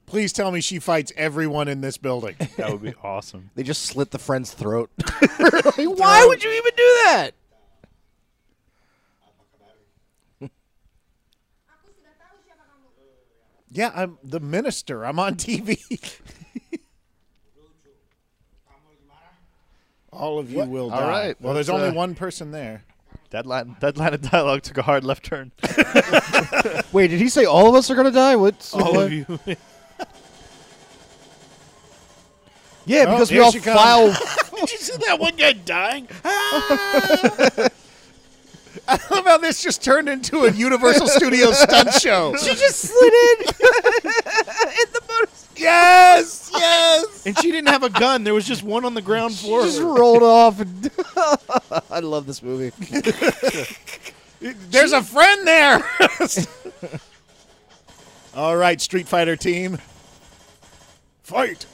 S1: Please tell me she fights everyone in this building.
S5: That would be awesome.
S2: They just slit the friend's throat. Like, why would you even do that?
S8: Aku sudah tahu siapa kamu.
S1: Yeah, I'm the minister. I'm on TV. All of you will
S5: All
S1: die.
S5: right,
S1: Well, there's
S5: that's,
S1: only
S5: uh,
S1: one person there.
S5: That line, that line of dialogue took a hard left turn.
S2: Wait, did he say all of us are gonna die? What?
S3: all of you.
S2: Yeah,
S1: Oh,
S2: because we
S1: here
S2: all
S1: she comes.
S2: file.
S3: did you see that one guy dying?
S1: How about this just turned into a Universal Studios stunt show?
S2: she just slid in.
S1: Yes, yes.
S3: And she didn't have a gun. There was just one on the ground
S2: She
S3: floor.
S2: just rolled off. And I love this movie.
S1: There's a friend there. All right, Street Fighter team. Fight.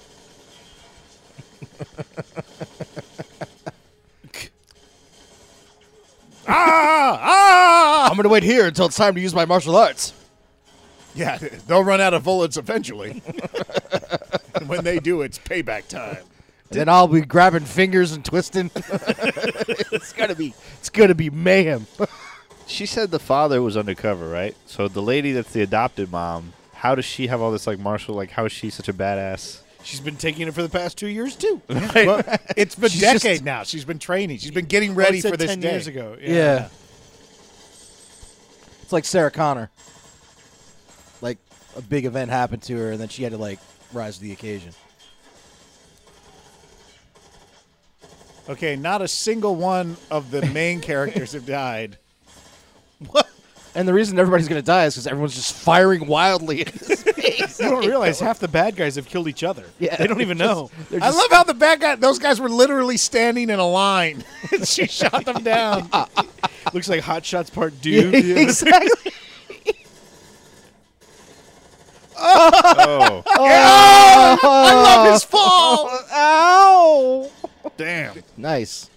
S1: ah, ah.
S2: I'm gonna wait here until it's time to use my martial arts.
S1: Yeah, they'll run out of bullets eventually. and when they do, it's payback time.
S2: And then I'll be grabbing fingers and twisting. it's gonna be. It's gonna be mayhem.
S5: She said the father was undercover, right? So the lady that's the adopted mom, how does she have all this like martial? Like, how is she such a badass?
S3: She's been taking it for the past two years too.
S1: Well, it's been
S2: She's
S1: decade
S2: just-
S1: now. She's been training. She's been getting
S3: Well, it
S1: ready
S3: said
S1: for this
S3: ten
S1: day.
S3: years ago. Yeah.
S2: Yeah. It's like Sarah Connor. Like a big event happened to her, and then she had to like rise to the occasion.
S1: Okay, not a single one of the main characters have died.
S2: And the reason everybody's gonna die is because everyone's just firing wildly. At this
S3: You don't realize half the bad guys have killed each other.
S7: Yeah,
S3: they don't even know.
S7: They're
S1: I
S7: just-
S1: love how the bad guy, those guys were literally standing in a line. she shot them down.
S3: Looks like Hot Shots Part Two.
S7: exactly.
S5: Oh,
S1: I love his fall.
S7: Uh, Ow!
S5: damn.
S7: Nice.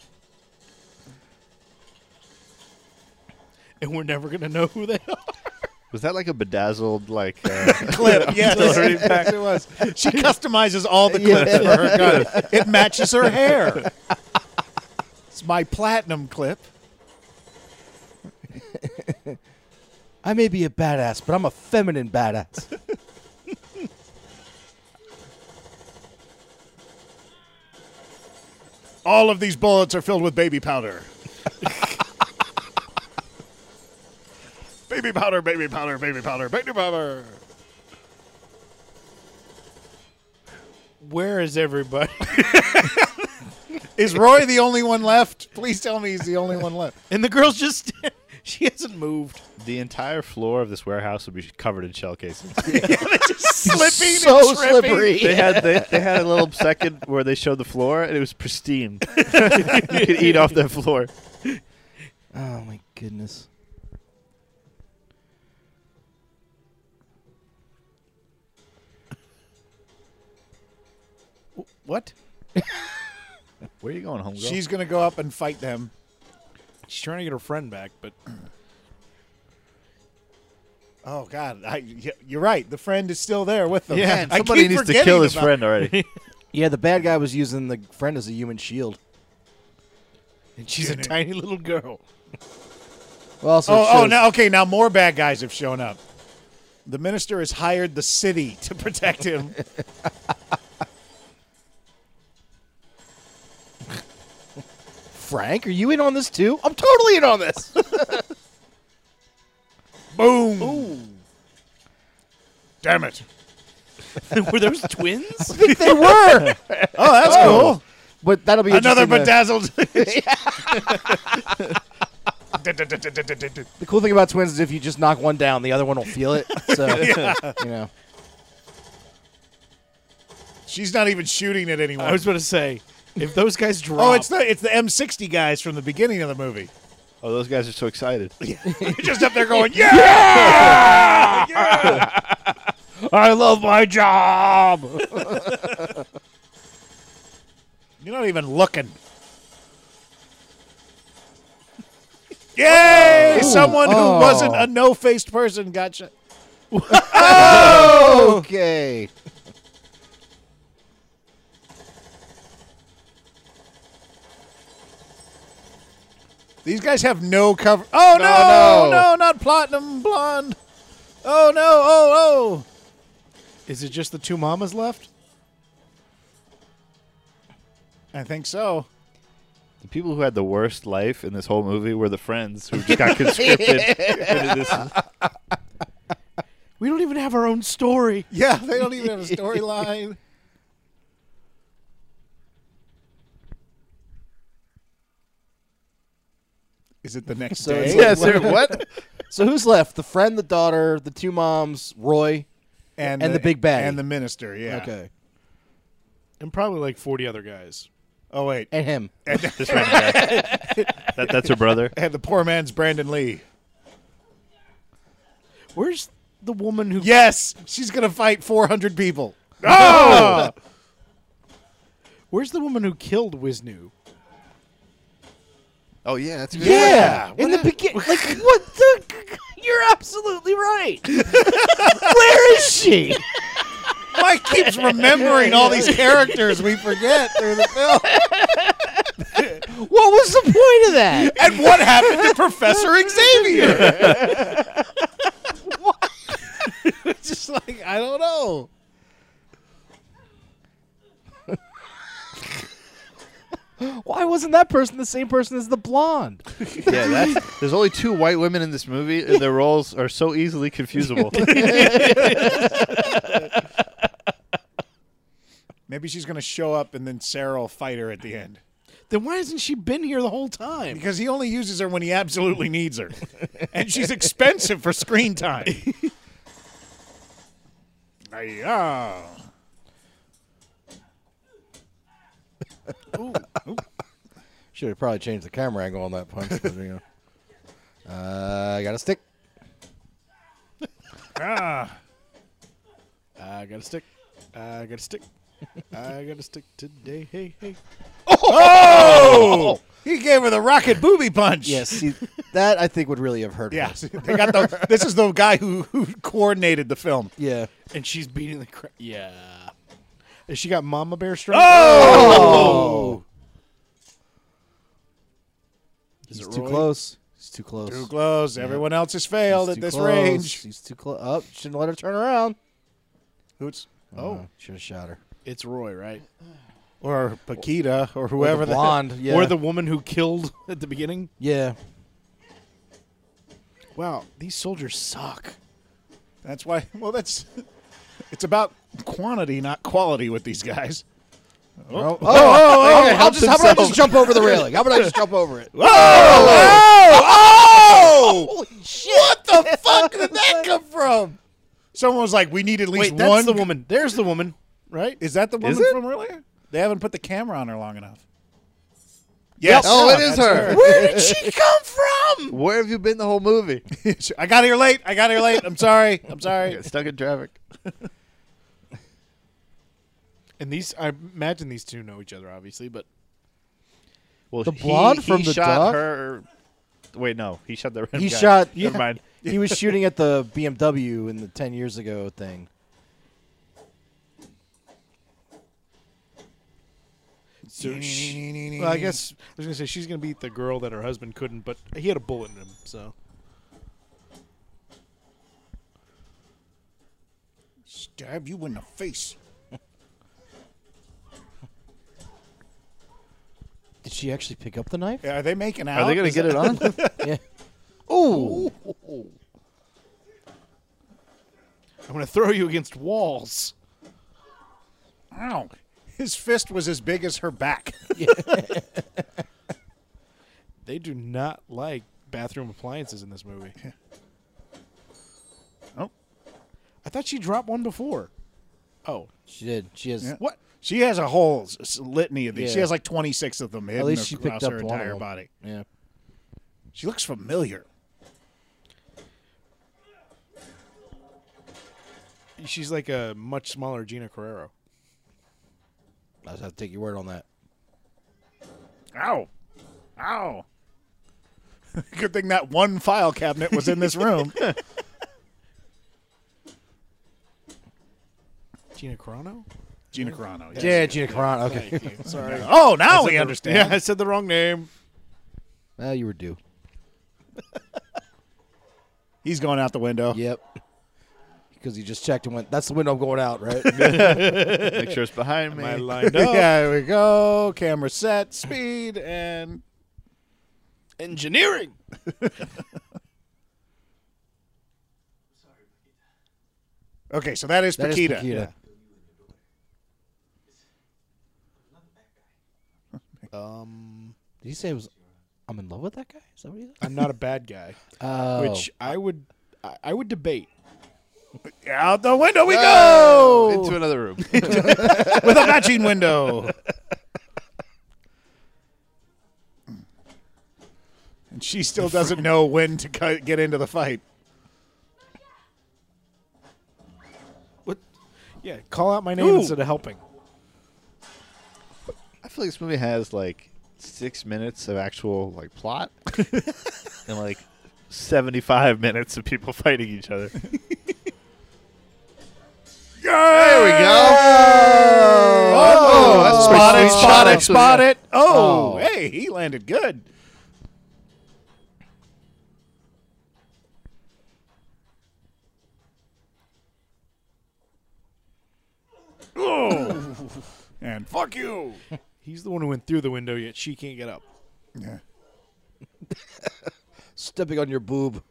S3: and we're never gonna know who they are.
S5: Was that like a bedazzled like? Uh,
S1: Clip, yes,
S5: Sorry, back.
S1: yes, it was. She customizes all the
S7: Yeah.
S1: clips for her gun. It matches her hair. It's my platinum clip.
S2: I may be a badass, but I'm a feminine badass.
S1: All of these bullets are filled with baby powder. baby powder, baby powder, baby powder, baby powder.
S3: Where is everybody?
S1: Is Roy the only one left? Please tell me he's the only one left.
S3: And the girl's just she hasn't moved.
S5: the entire floor of this warehouse would be covered in shell cases.
S1: Slipping
S7: so
S1: and tripping.
S7: slippery.
S5: They had they, they had a little second where they showed the floor and it was pristine. you could eat off that floor.
S7: Oh my goodness.
S3: What?
S5: Where are you going, homegirl?
S1: She's gonna go up and fight them.
S3: She's trying to get her friend back, but
S1: Oh God, I, y- you're right. The friend is still there with them.
S3: Yeah.
S1: Man, I
S5: Somebody
S1: keep
S5: needs to
S1: forgetting
S5: kill his
S1: about-
S5: friend already.
S2: yeah, the bad guy was using the friend as a human shield.
S3: and she's a tiny little girl.
S7: Well, also it
S1: Oh, oh,
S7: shows-
S1: now okay, now more bad guys have shown up. The minister has hired the city to protect him.
S7: Frank, are you in on this too? I'm totally in on this.
S1: Boom! Damn it!
S3: Were those twins?
S7: I think they were.
S1: Oh, that's cool.
S7: But that'll be
S1: Another
S7: interesting to-
S1: bedazzled.
S7: The cool thing about twins is if you just knock one down, the other one will feel it. So you know,
S1: She's not even shooting at anyone.
S3: I was about to say, if those guys drop,
S1: oh, it's the it's the M60 guys from the beginning of the movie.
S5: Oh, those guys are so excited.
S1: You're just up there going, yeah!
S7: I love my job.
S1: You're not even looking. Yay! Someone who
S7: oh.
S1: wasn't a no-faced person got shot.
S7: okay.
S1: These guys have no cover. Oh no,
S7: No,
S1: no,
S7: no.
S1: not platinum blonde. Oh no, oh oh.
S3: is it just the two mamas left?
S1: I think so.
S5: The people who had the worst life in this whole movie were the friends who just got conscripted. into this.
S3: We don't even have our own story.
S1: Yeah, they don't even have a storyline. Is it the next
S7: So
S1: day?
S7: it's
S5: yeah, sir. What?
S7: So who's left? The friend, the daughter, the two moms, Roy. and the big baddie.
S1: and the minister. Yeah.
S7: Okay.
S3: And probably like forty other guys.
S1: Oh wait,
S7: And him.
S5: This random guy. That, that's her brother.
S1: and the poor man's Brandon Lee.
S3: Where's the woman who?
S1: Yes, she's gonna fight 400 people.
S3: Where's the woman who killed Wisnu?
S5: Oh yeah, that's
S7: Yeah. In the beginning, like what the? You're absolutely right. Where is she?
S1: Mike keeps remembering all these characters we forget through the film.
S7: What was the point of that?
S1: And what happened to Professor Xavier? Just like I don't know.
S7: Why wasn't that person the same person as the blonde?
S5: Yeah, that's, there's only two white women in this movie, and their roles are so easily
S2: Oh,
S5: confusable.
S1: Maybe she's gonna show up and then Sarah will fight her at the end
S3: Then why hasn't she been here the whole time?
S1: because he only uses her when he absolutely needs her, and she's expensive for screen time. Yeah.
S2: Should have probably changed the camera angle on that punch. But, you know. uh, I got a stick.
S1: Ah.
S3: I got to stick. I got to stick. I got to stick today. Hey, hey.
S1: Oh, he gave her the rocket booby punch.
S2: Yes, see, that I think would really have hurt.
S1: Yes.
S2: her.
S1: They got the. This is the guy who, who coordinated the film.
S2: Yeah.
S3: And she's beating the crap. Yeah. And she got Mama Bear strength.
S2: Oh,
S3: Is
S2: he's
S3: it
S2: too
S3: Roy?
S2: close. He's too close.
S1: Too close. Everyone else has failed
S2: He's
S1: at
S2: too
S1: this
S2: close.
S1: range.
S2: He's too close. Up. shouldn't let her turn around. Uh,
S1: Oops.
S3: Oh.
S2: should have shot her.
S3: It's Roy, right?
S1: Or Paquita or whoever.
S2: Or the
S1: the-
S2: blonde. Yeah.
S3: Or the woman who killed at the beginning.
S2: yeah.
S3: Wow, these soldiers suck.
S1: That's why. Well, that's. It's about quantity, not quality, with these guys.
S2: Oh, oh, oh, oh, I'll just, how about I just jump over the railing? How about I just jump over it? Whoa! Oh! Holy shit! What the fuck did that come from?
S1: Someone was like, "We need at least
S3: Wait,
S1: one."
S3: that's the woman. There's the woman, right?
S1: Is that the woman
S2: Is it?
S1: from earlier? They haven't put the camera on her long enough. Yes.
S2: Oh, it is
S1: That's
S2: her.
S3: Where did she come from?
S5: Where have you been the whole movie?
S1: I got here late. I got here late. I'm sorry. I'm sorry.
S5: Stuck in traffic.
S3: And these, I imagine these two know each other, obviously, but
S5: Well,
S2: The
S5: he-
S2: blonde
S5: he
S2: from the
S5: shot
S2: dock?
S5: her. Wait, no, he shot the.
S2: He shot-
S5: Never
S2: yeah.
S5: mind.
S2: He was shooting at the BMW in the ten years ago thing.
S3: so she, well, I guess I was gonna say she's gonna beat the girl that her husband couldn't, but he had a bullet in him, so
S1: Stab you in the face.
S2: Did she actually pick up the knife?
S1: Yeah, Are they making out?
S5: Are they gonna
S1: Is
S5: get it on?
S2: Yeah. Ooh.
S3: I'm gonna throw you against walls.
S1: that- Ow. His fist was as big as her back.
S3: They do not like bathroom appliances in this movie.
S1: Oh.
S3: I thought she dropped one before. Oh,
S2: She did. She has.
S1: Yeah. What? She has a whole s- s- litany of these. She
S2: Yeah.
S1: has like 26 of them hidden
S2: least she
S1: across
S2: picked up
S1: her
S2: one of
S1: entire
S2: them.
S1: body.
S2: Yeah.
S1: She looks familiar.
S3: she's like a much smaller Gina Carrero.
S2: I'll have to take your word on that.
S1: Ow. Ow. Good thing that one file cabinet was in this room.
S3: Gina Carano?
S1: Gina Carano. yes.
S2: Yeah, Gina Carano. Okay.
S3: Sorry.
S1: Oh, now we
S3: the-
S1: understand.
S3: Yeah, I said the wrong name.
S2: well, you were due.
S1: He's going out the window.
S2: Yep. Because he just checked and went. That's the window I'm going out, right?
S5: Make sure it's behind
S3: I
S5: me.
S3: lined up.
S1: Yeah, here we go. Camera set, speed, and
S3: Engineering.
S1: okay. So that is
S2: That is
S1: Paquita.
S2: Paquita.
S3: Um,
S2: Did he say it was? I'm in love with that guy. Is that what he said?
S3: I'm not a bad guy,
S2: Oh.
S3: which I would, I, I would debate.
S1: Out the window we
S2: Oh.
S1: go
S5: Into another room.
S1: with a matching window. and she still doesn't know when to cu- get into the fight.
S3: What? Yeah, call out my name
S1: Ooh.
S3: instead of helping.
S5: I feel like this movie has like six minutes of actual like plot, and like seventy-five minutes of people fighting each other. There we go.
S1: Oh,
S5: that's
S1: spot
S5: pretty
S1: it,
S5: sweet
S1: spot
S5: shot,
S1: it,
S5: actually.
S1: spot it. Oh,
S2: Oh.
S1: hey, he landed good. Oh, and fuck you.
S3: He's the one who went through the window, yet she can't get up.
S1: Yeah.
S2: Stepping on your boob.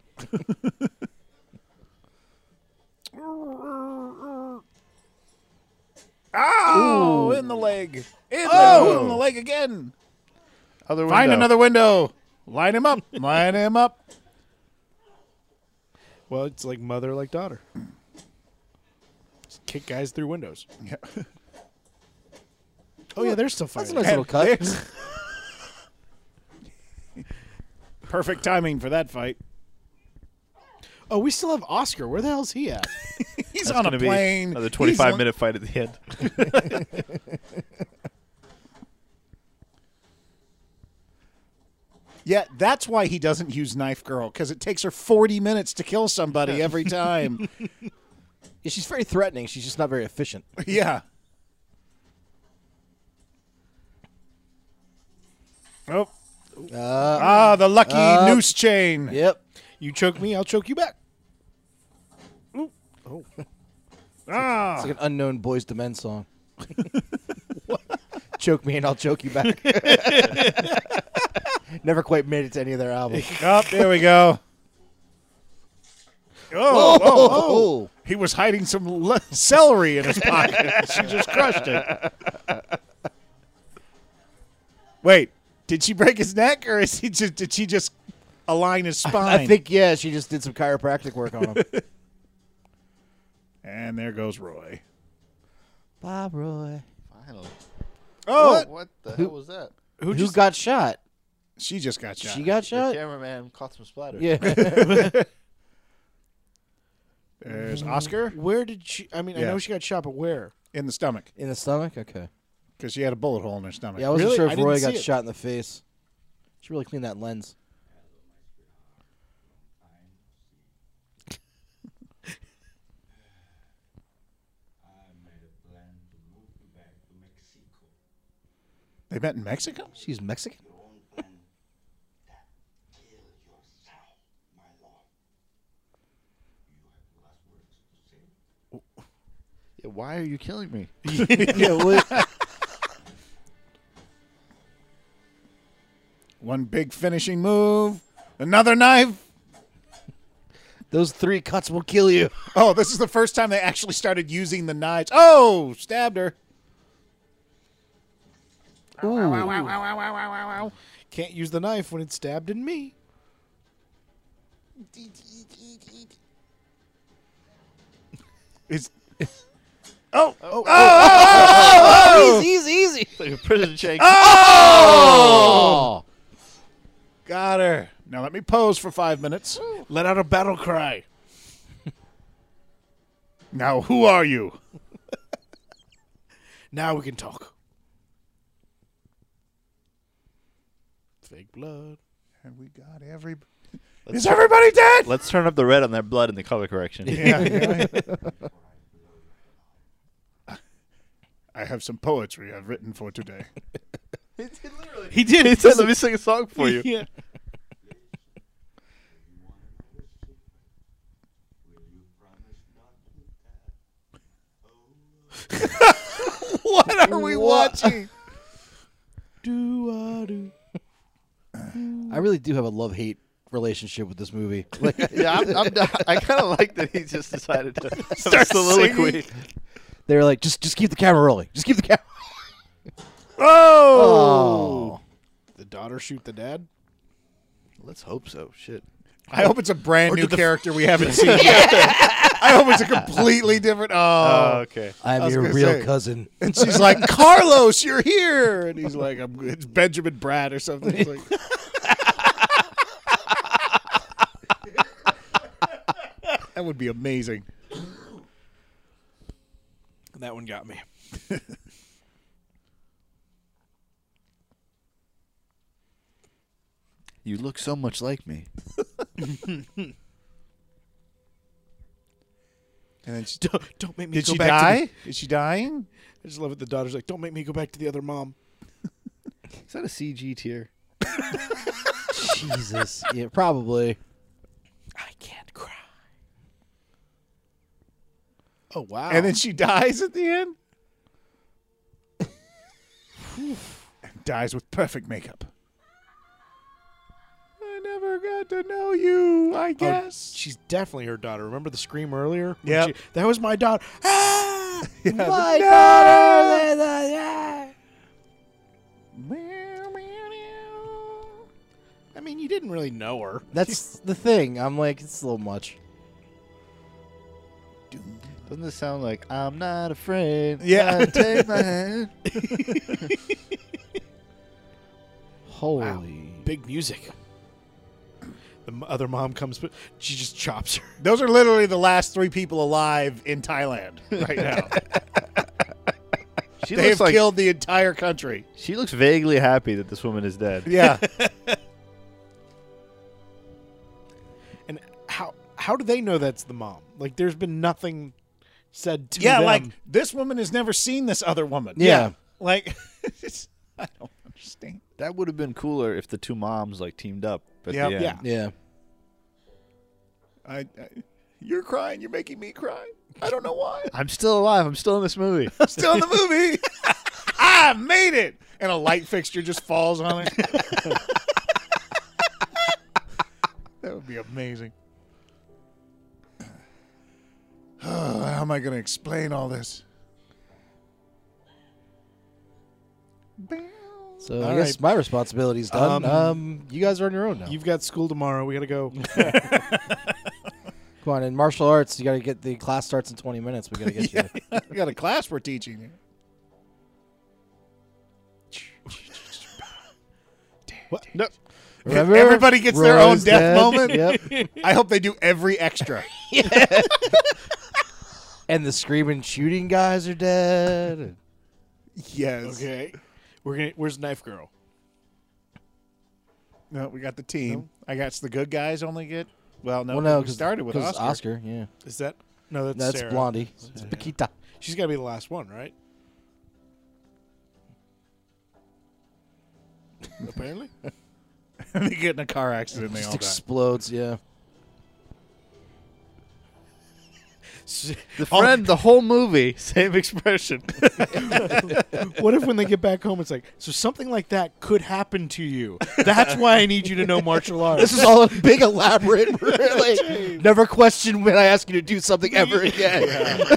S1: Ow, in the leg. In oh. the, in the leg again.
S5: Other
S1: Find
S5: window.
S1: another window. Line him up. Line him up.
S3: Well, it's like mother, like daughter. kick guys through windows. oh yeah, they're still
S2: That's a nice little
S3: fighting.
S2: cut.
S1: Perfect timing for that fight.
S3: oh, we still have Oscar. Where the hell's he at?
S1: He's
S5: That's
S1: on a
S5: gonna be
S1: plane.
S5: Another
S1: He's
S5: 25
S1: on-
S5: minute fight at the end.
S1: Yeah, that's why he doesn't use Knife Girl because it takes her 40 minutes to kill somebody every time.
S2: Yeah, she's very threatening. She's just not very efficient.
S1: yeah. Oh. ah, the lucky noose chain.
S2: Yep.
S3: You choke me, I'll choke you back.
S1: Ah.
S2: It's like an unknown boys to men song. choke me and I'll choke you back. Never quite made it to any of their albums.
S1: Oh, there we go. Oh, oh, oh. He was hiding some le- celery in his pocket. she just crushed it. Wait, did she break his neck or is he just did she just align his spine?
S2: I think yeah, she just did some chiropractic work on him.
S1: And there goes Roy.
S2: Bob Roy.
S9: Finally.
S1: Oh,
S9: What the hell was that?
S2: Who, got shot?
S1: she just got shot.
S2: She got
S9: The
S2: shot.
S9: cameraman caught some splatter.
S2: Yeah.
S1: There's Oscar
S3: Where did she? I mean, I
S1: Yeah.
S3: know she got shot, but where?
S1: in the stomach
S2: in the stomach. Okay.
S1: because she had a bullet hole in her stomach.
S2: Yeah, I wasn't
S3: Really?
S2: sure
S3: I
S2: if
S3: didn't
S2: Roy
S3: see
S2: got
S3: it.
S2: shot in the face. Should really clean that lens.
S1: They met in Mexico.
S2: She's Mexican.
S9: Yeah, Why are you killing me?
S2: yeah. What?
S1: One big finishing move. Another knife.
S2: Those three cuts will kill you.
S1: Oh, this is the first time they actually started using the knives. Oh, stabbed her.
S3: Can't use the knife when it's stabbed in me.
S1: Is
S2: Easy, easy.
S5: It's like a prison shake.
S1: Ah! got her. Now let me pose for five minutes.
S3: Let out a battle cry.
S1: Now who are you?
S3: Now we can talk. Fake blood.
S1: And we got every. Is everybody dead?
S5: Let's turn up the red on that blood in the color correction.
S1: Yeah, yeah. I have some poetry I've written for today.
S3: He did.
S5: he said, "Let me sing a song for you."
S3: Yeah.
S1: what are we watching?
S3: Do I do?
S2: I really do have a love hate relationship with this movie. Like,
S9: yeah, I'm, I'm, not- I kind of like that he just decided to have a soliloquy.
S2: they were like, just just keep the camera rolling. Just keep the camera.
S1: Oh!
S3: The daughter shoot the dad.
S9: Let's hope so. Shit.
S1: I hope it's a brand new character we haven't seen yet. I hope it's a completely different. Oh.
S5: Oh, okay.
S1: I
S2: I'm
S1: was
S2: your
S1: gonna
S2: real
S1: say.
S2: cousin.
S1: and she's like, Carlos, you're here. And he's like, I'm, it's Benjamin Brad or something. He's like, that would be amazing.
S3: That one got me.
S9: You look so much like me.
S1: And then she,
S3: Don't, don't make me
S1: did
S3: go
S1: she
S3: back to the-
S1: die? Is she dying?
S3: I just love it. The daughter's like, "Don't make me go back to the other mom."
S9: Is that a CG tier?
S2: Jesus. Yeah, probably.
S3: I can't cry. Oh wow!
S1: And then she dies at the end? and dies with perfect makeup. I never got to know you, I
S3: Oh,
S1: guess.
S3: she's definitely her daughter. Remember the scream earlier? When
S1: Yep.
S3: she- that was my daughter. Ah!
S1: My
S2: uh,
S3: I mean, you didn't really know her.
S2: That's the thing. I'm like, it's a little much.
S5: Doesn't this sound like I'm not afraid?
S1: Yeah.
S5: I take my hand.
S2: Holy.
S3: Big music. The m- other mom comes, but she just chops her.
S1: Those are literally the last three people alive in Thailand right now.
S5: She
S1: they have
S5: looks like
S1: killed the entire country.
S5: she looks vaguely happy that this woman is dead.
S1: Yeah.
S3: And how how do they know that's the mom? Like, there's been nothing said to
S1: yeah,
S3: them.
S1: like this woman has never seen this other woman.
S2: Yeah.
S1: Like it's, I don't understand.
S5: That would have been cooler if the two moms like teamed up. At
S1: Yep.
S5: the end.
S3: Yeah.
S2: Yeah.
S1: I, I you're crying, you're making me cry. I don't know why.
S5: I'm still alive. I'm still in this movie.
S1: Still in the movie. I made it. And a light fixture just falls on it. that would be amazing. how am I going to explain all this?
S2: So
S3: All
S2: I guess
S3: right.
S2: my responsibility's done. Um, you guys are on your own now.
S3: You've got school tomorrow. We gotta go.
S2: Come on, in martial arts, you got to get the class starts in 20 minutes. We got to get you.
S1: We got a class we're teaching you.
S3: What?
S5: no.
S2: Remember?
S1: Everybody gets their own
S2: Roy's
S1: death
S2: dead.
S1: moment.
S2: Yep.
S1: I hope they do every extra.
S2: And the screaming shooting guys are dead.
S1: Yes.
S3: Okay. We're gonna. Where's Knife Girl?
S1: No, we got the team. I guess the good guys only get. Well, no,
S2: Well, no,
S1: we
S2: because
S1: started with Oscar.
S2: Oscar. Yeah,
S3: Is that? No, that's
S2: that's
S3: Sarah.
S2: Blondie. It's Paquita.
S3: She's gotta be the last one, right? Apparently.
S1: they get in a car accident. They all
S2: Just
S1: die.
S2: explodes. Yeah.
S5: The friend, the whole movie, same expression.
S3: what if when they get back home, it's like, so something like that could happen to you. That's why I need you to know martial arts.
S2: This is all a big elaborate. Really. Never question when I ask you to do something ever again.
S1: this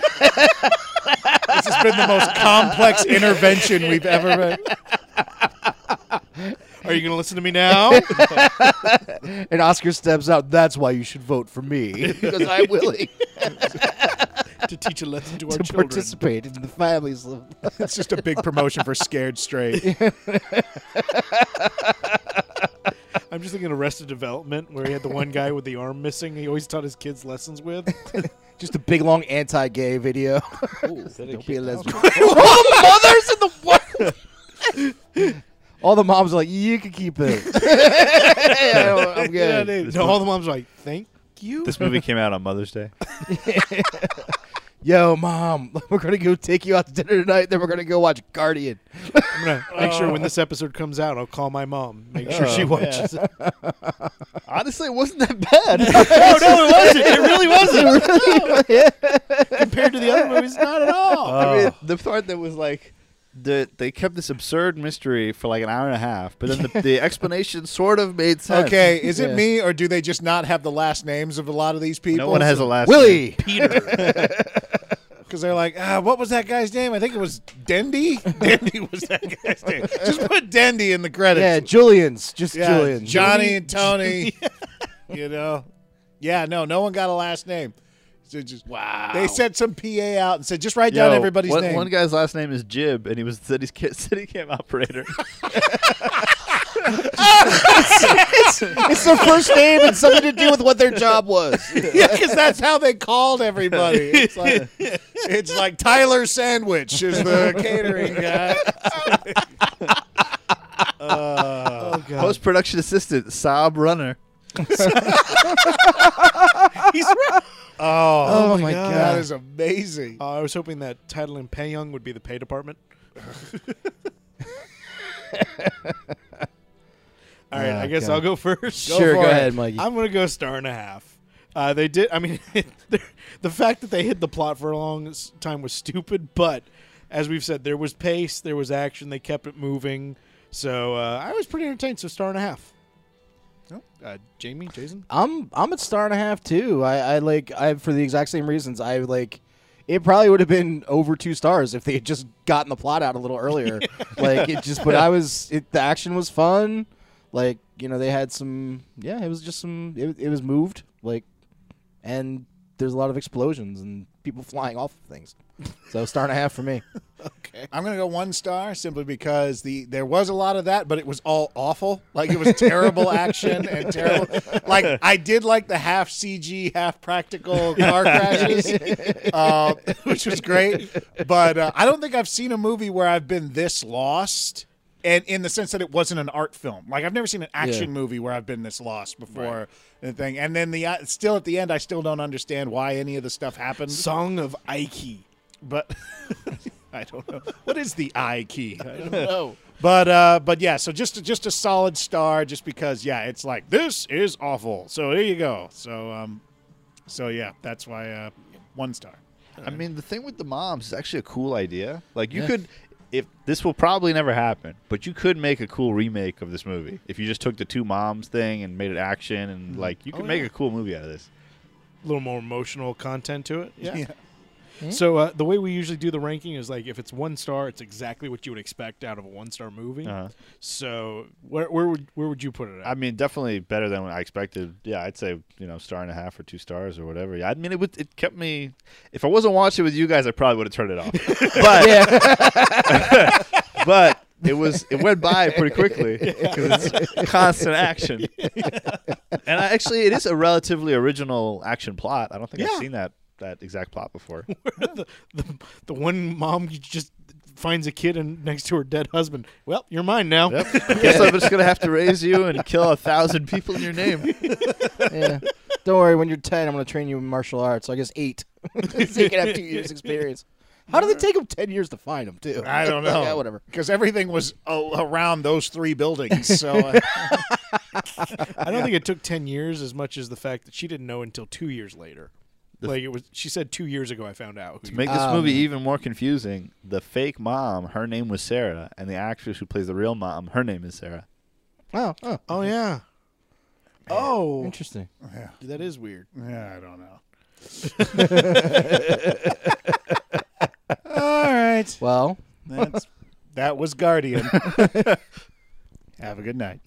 S1: has been the most complex intervention we've ever been.
S3: Are you going to listen to me now?
S2: And Oscar steps out. That's why you should vote for me because I'm willing
S3: to teach a lesson to our
S2: to
S3: children.
S2: participate in the families. Of-
S1: It's just a big promotion for Scared Straight.
S3: I'm just thinking of Arrested Development, where he had the one guy with the arm missing. He always taught his kids lessons with.
S2: Just a big long anti-gay video. Don't be a lesbian. all the mothers in the world. all the moms are like, you can keep it. yeah, I'm good.
S3: no, all the moms are like, thank you.
S5: this movie came out on Mother's Day.
S2: Yo, mom, we're gonna go take you out to dinner tonight. Then we're gonna go watch Guardian.
S3: I'm going to make sure
S2: Oh.
S3: when this episode comes out, I'll call my mom. Make sure
S1: Oh,
S3: she watches it.
S5: Honestly, it wasn't that bad.
S3: No, no, it wasn't. It really wasn't. Compared to the other movies, not at all.
S5: I mean, the part that was like, the, they kept this absurd mystery for like an hour and a half, but then the, the explanation sort of made sense.
S1: Okay, is it
S2: Yeah.
S1: me or do they just not have the last names of a lot of these people?
S5: No one has a last name.
S2: Willie,
S1: because they're like, ah, what was that guy's name? I think it was Dendy. Dendy was that guy's name. Just put Dendy in the credits.
S2: yeah, Julian's, just
S1: Yeah,
S2: Julian.
S1: Johnny and Tony. You know, yeah, no, no one got a last name. So just wow. They sent some PA out and said, just write down
S5: Yo,
S1: everybody's
S5: one,
S1: name.
S5: One guy's last name is Jib, and he was the city's ca- city cam operator.
S2: it's their first name and something to do with what their job was.
S1: yeah, because that's how they called everybody. It's like, it's like Tyler Sandwich is the catering guy.
S2: Oh,
S5: Post production assistant, Saab Runner.
S1: Oh,
S2: my
S1: that is amazing.
S3: Uh, I was hoping that Title and Payung would be the pay department. All right, I guess I'll go first.
S1: Go for
S2: sure, go
S1: it.
S2: ahead, Mikey.
S3: I'm going to go star and a half. Uh, they did. I mean, the- the fact that they hid the plot for a long s- time was stupid, but as we've said, there was pace, there was action, they kept it moving. So uh, I was pretty entertained. So star and a half. Uh, Jamie, Jason,
S2: I'm I'm at star and a half too. I, I like I for the exact same reasons. I like it probably would have been over two stars if they had just gotten the plot out a little earlier. like it just, but I was it, the action was fun. Like you know they had some yeah it was just some it, it was moved like, and there's a lot of explosions and
S7: people flying off of things. So star and a half for me.
S1: I'm gonna go one star simply because the there was a lot of that, but it was all awful. Like it was terrible action and terrible. Like I did like the half CG, half practical car crashes, uh, which was great. But uh, I don't think I've seen a movie where I've been this lost. And in the sense that it wasn't an art film, like I've never seen an action movie where I've been this lost before, and thing. And then the uh, still at the end, I still don't understand why any of the stuff happened
S3: Song of Ike.
S1: but I don't know what is the I key. I don't know. But uh, but yeah, so just just a solid star, just because yeah, it's like this is awful. So there you go. So um, so yeah, that's why uh, one star.
S5: I mean, the thing with the moms is actually a cool idea. Like you could, if this will probably never happen, but you could make a cool remake of this movie if you just took the two moms thing and made it action and like you could make a cool movie out of this.
S3: a little more emotional content to it. Yeah. So uh, the way we usually do the ranking is like if it's one star, it's exactly what you would expect out of a one star movie.
S5: Uh-huh.
S3: So where where would where would you put it? At?
S5: I mean, definitely better than what I expected. Yeah, I'd say you know star and a half or two stars or whatever. Yeah, I mean it would it kept me. If I wasn't watching with you guys, I probably would have turned it off. but but it was it went by pretty quickly because it's constant action. and I, actually, it is a relatively original action plot. I don't think
S3: Yeah.
S5: I've seen that that exact plot before.
S3: the, the the one mom just finds a kid and next to her dead husband. Well, you're mine now.
S5: Yep. Guess I'm just gonna have to raise you and kill a thousand people in your name.
S7: Yeah. Don't worry, when you're ten, I'm gonna train you in martial arts. So I guess eight. so you can have two years experience. How did it take them ten years to find him too?
S1: I don't know.
S7: yeah, whatever.
S1: Because everything was a- around those three buildings. So uh,
S3: I don't think it took ten years as much as the fact that she didn't know until two years later. like it was, she said two years ago. I found out. who
S5: To
S3: you-
S5: make this movie even more confusing, the fake mom, her name was Sarah, and the actress who plays the real mom, her name is Sarah.
S7: Oh, oh,
S3: oh yeah. Oh,
S7: interesting.
S3: that is weird.
S1: yeah, I don't know. All right,
S7: Well,
S1: that's that was Guardian. Have a good night.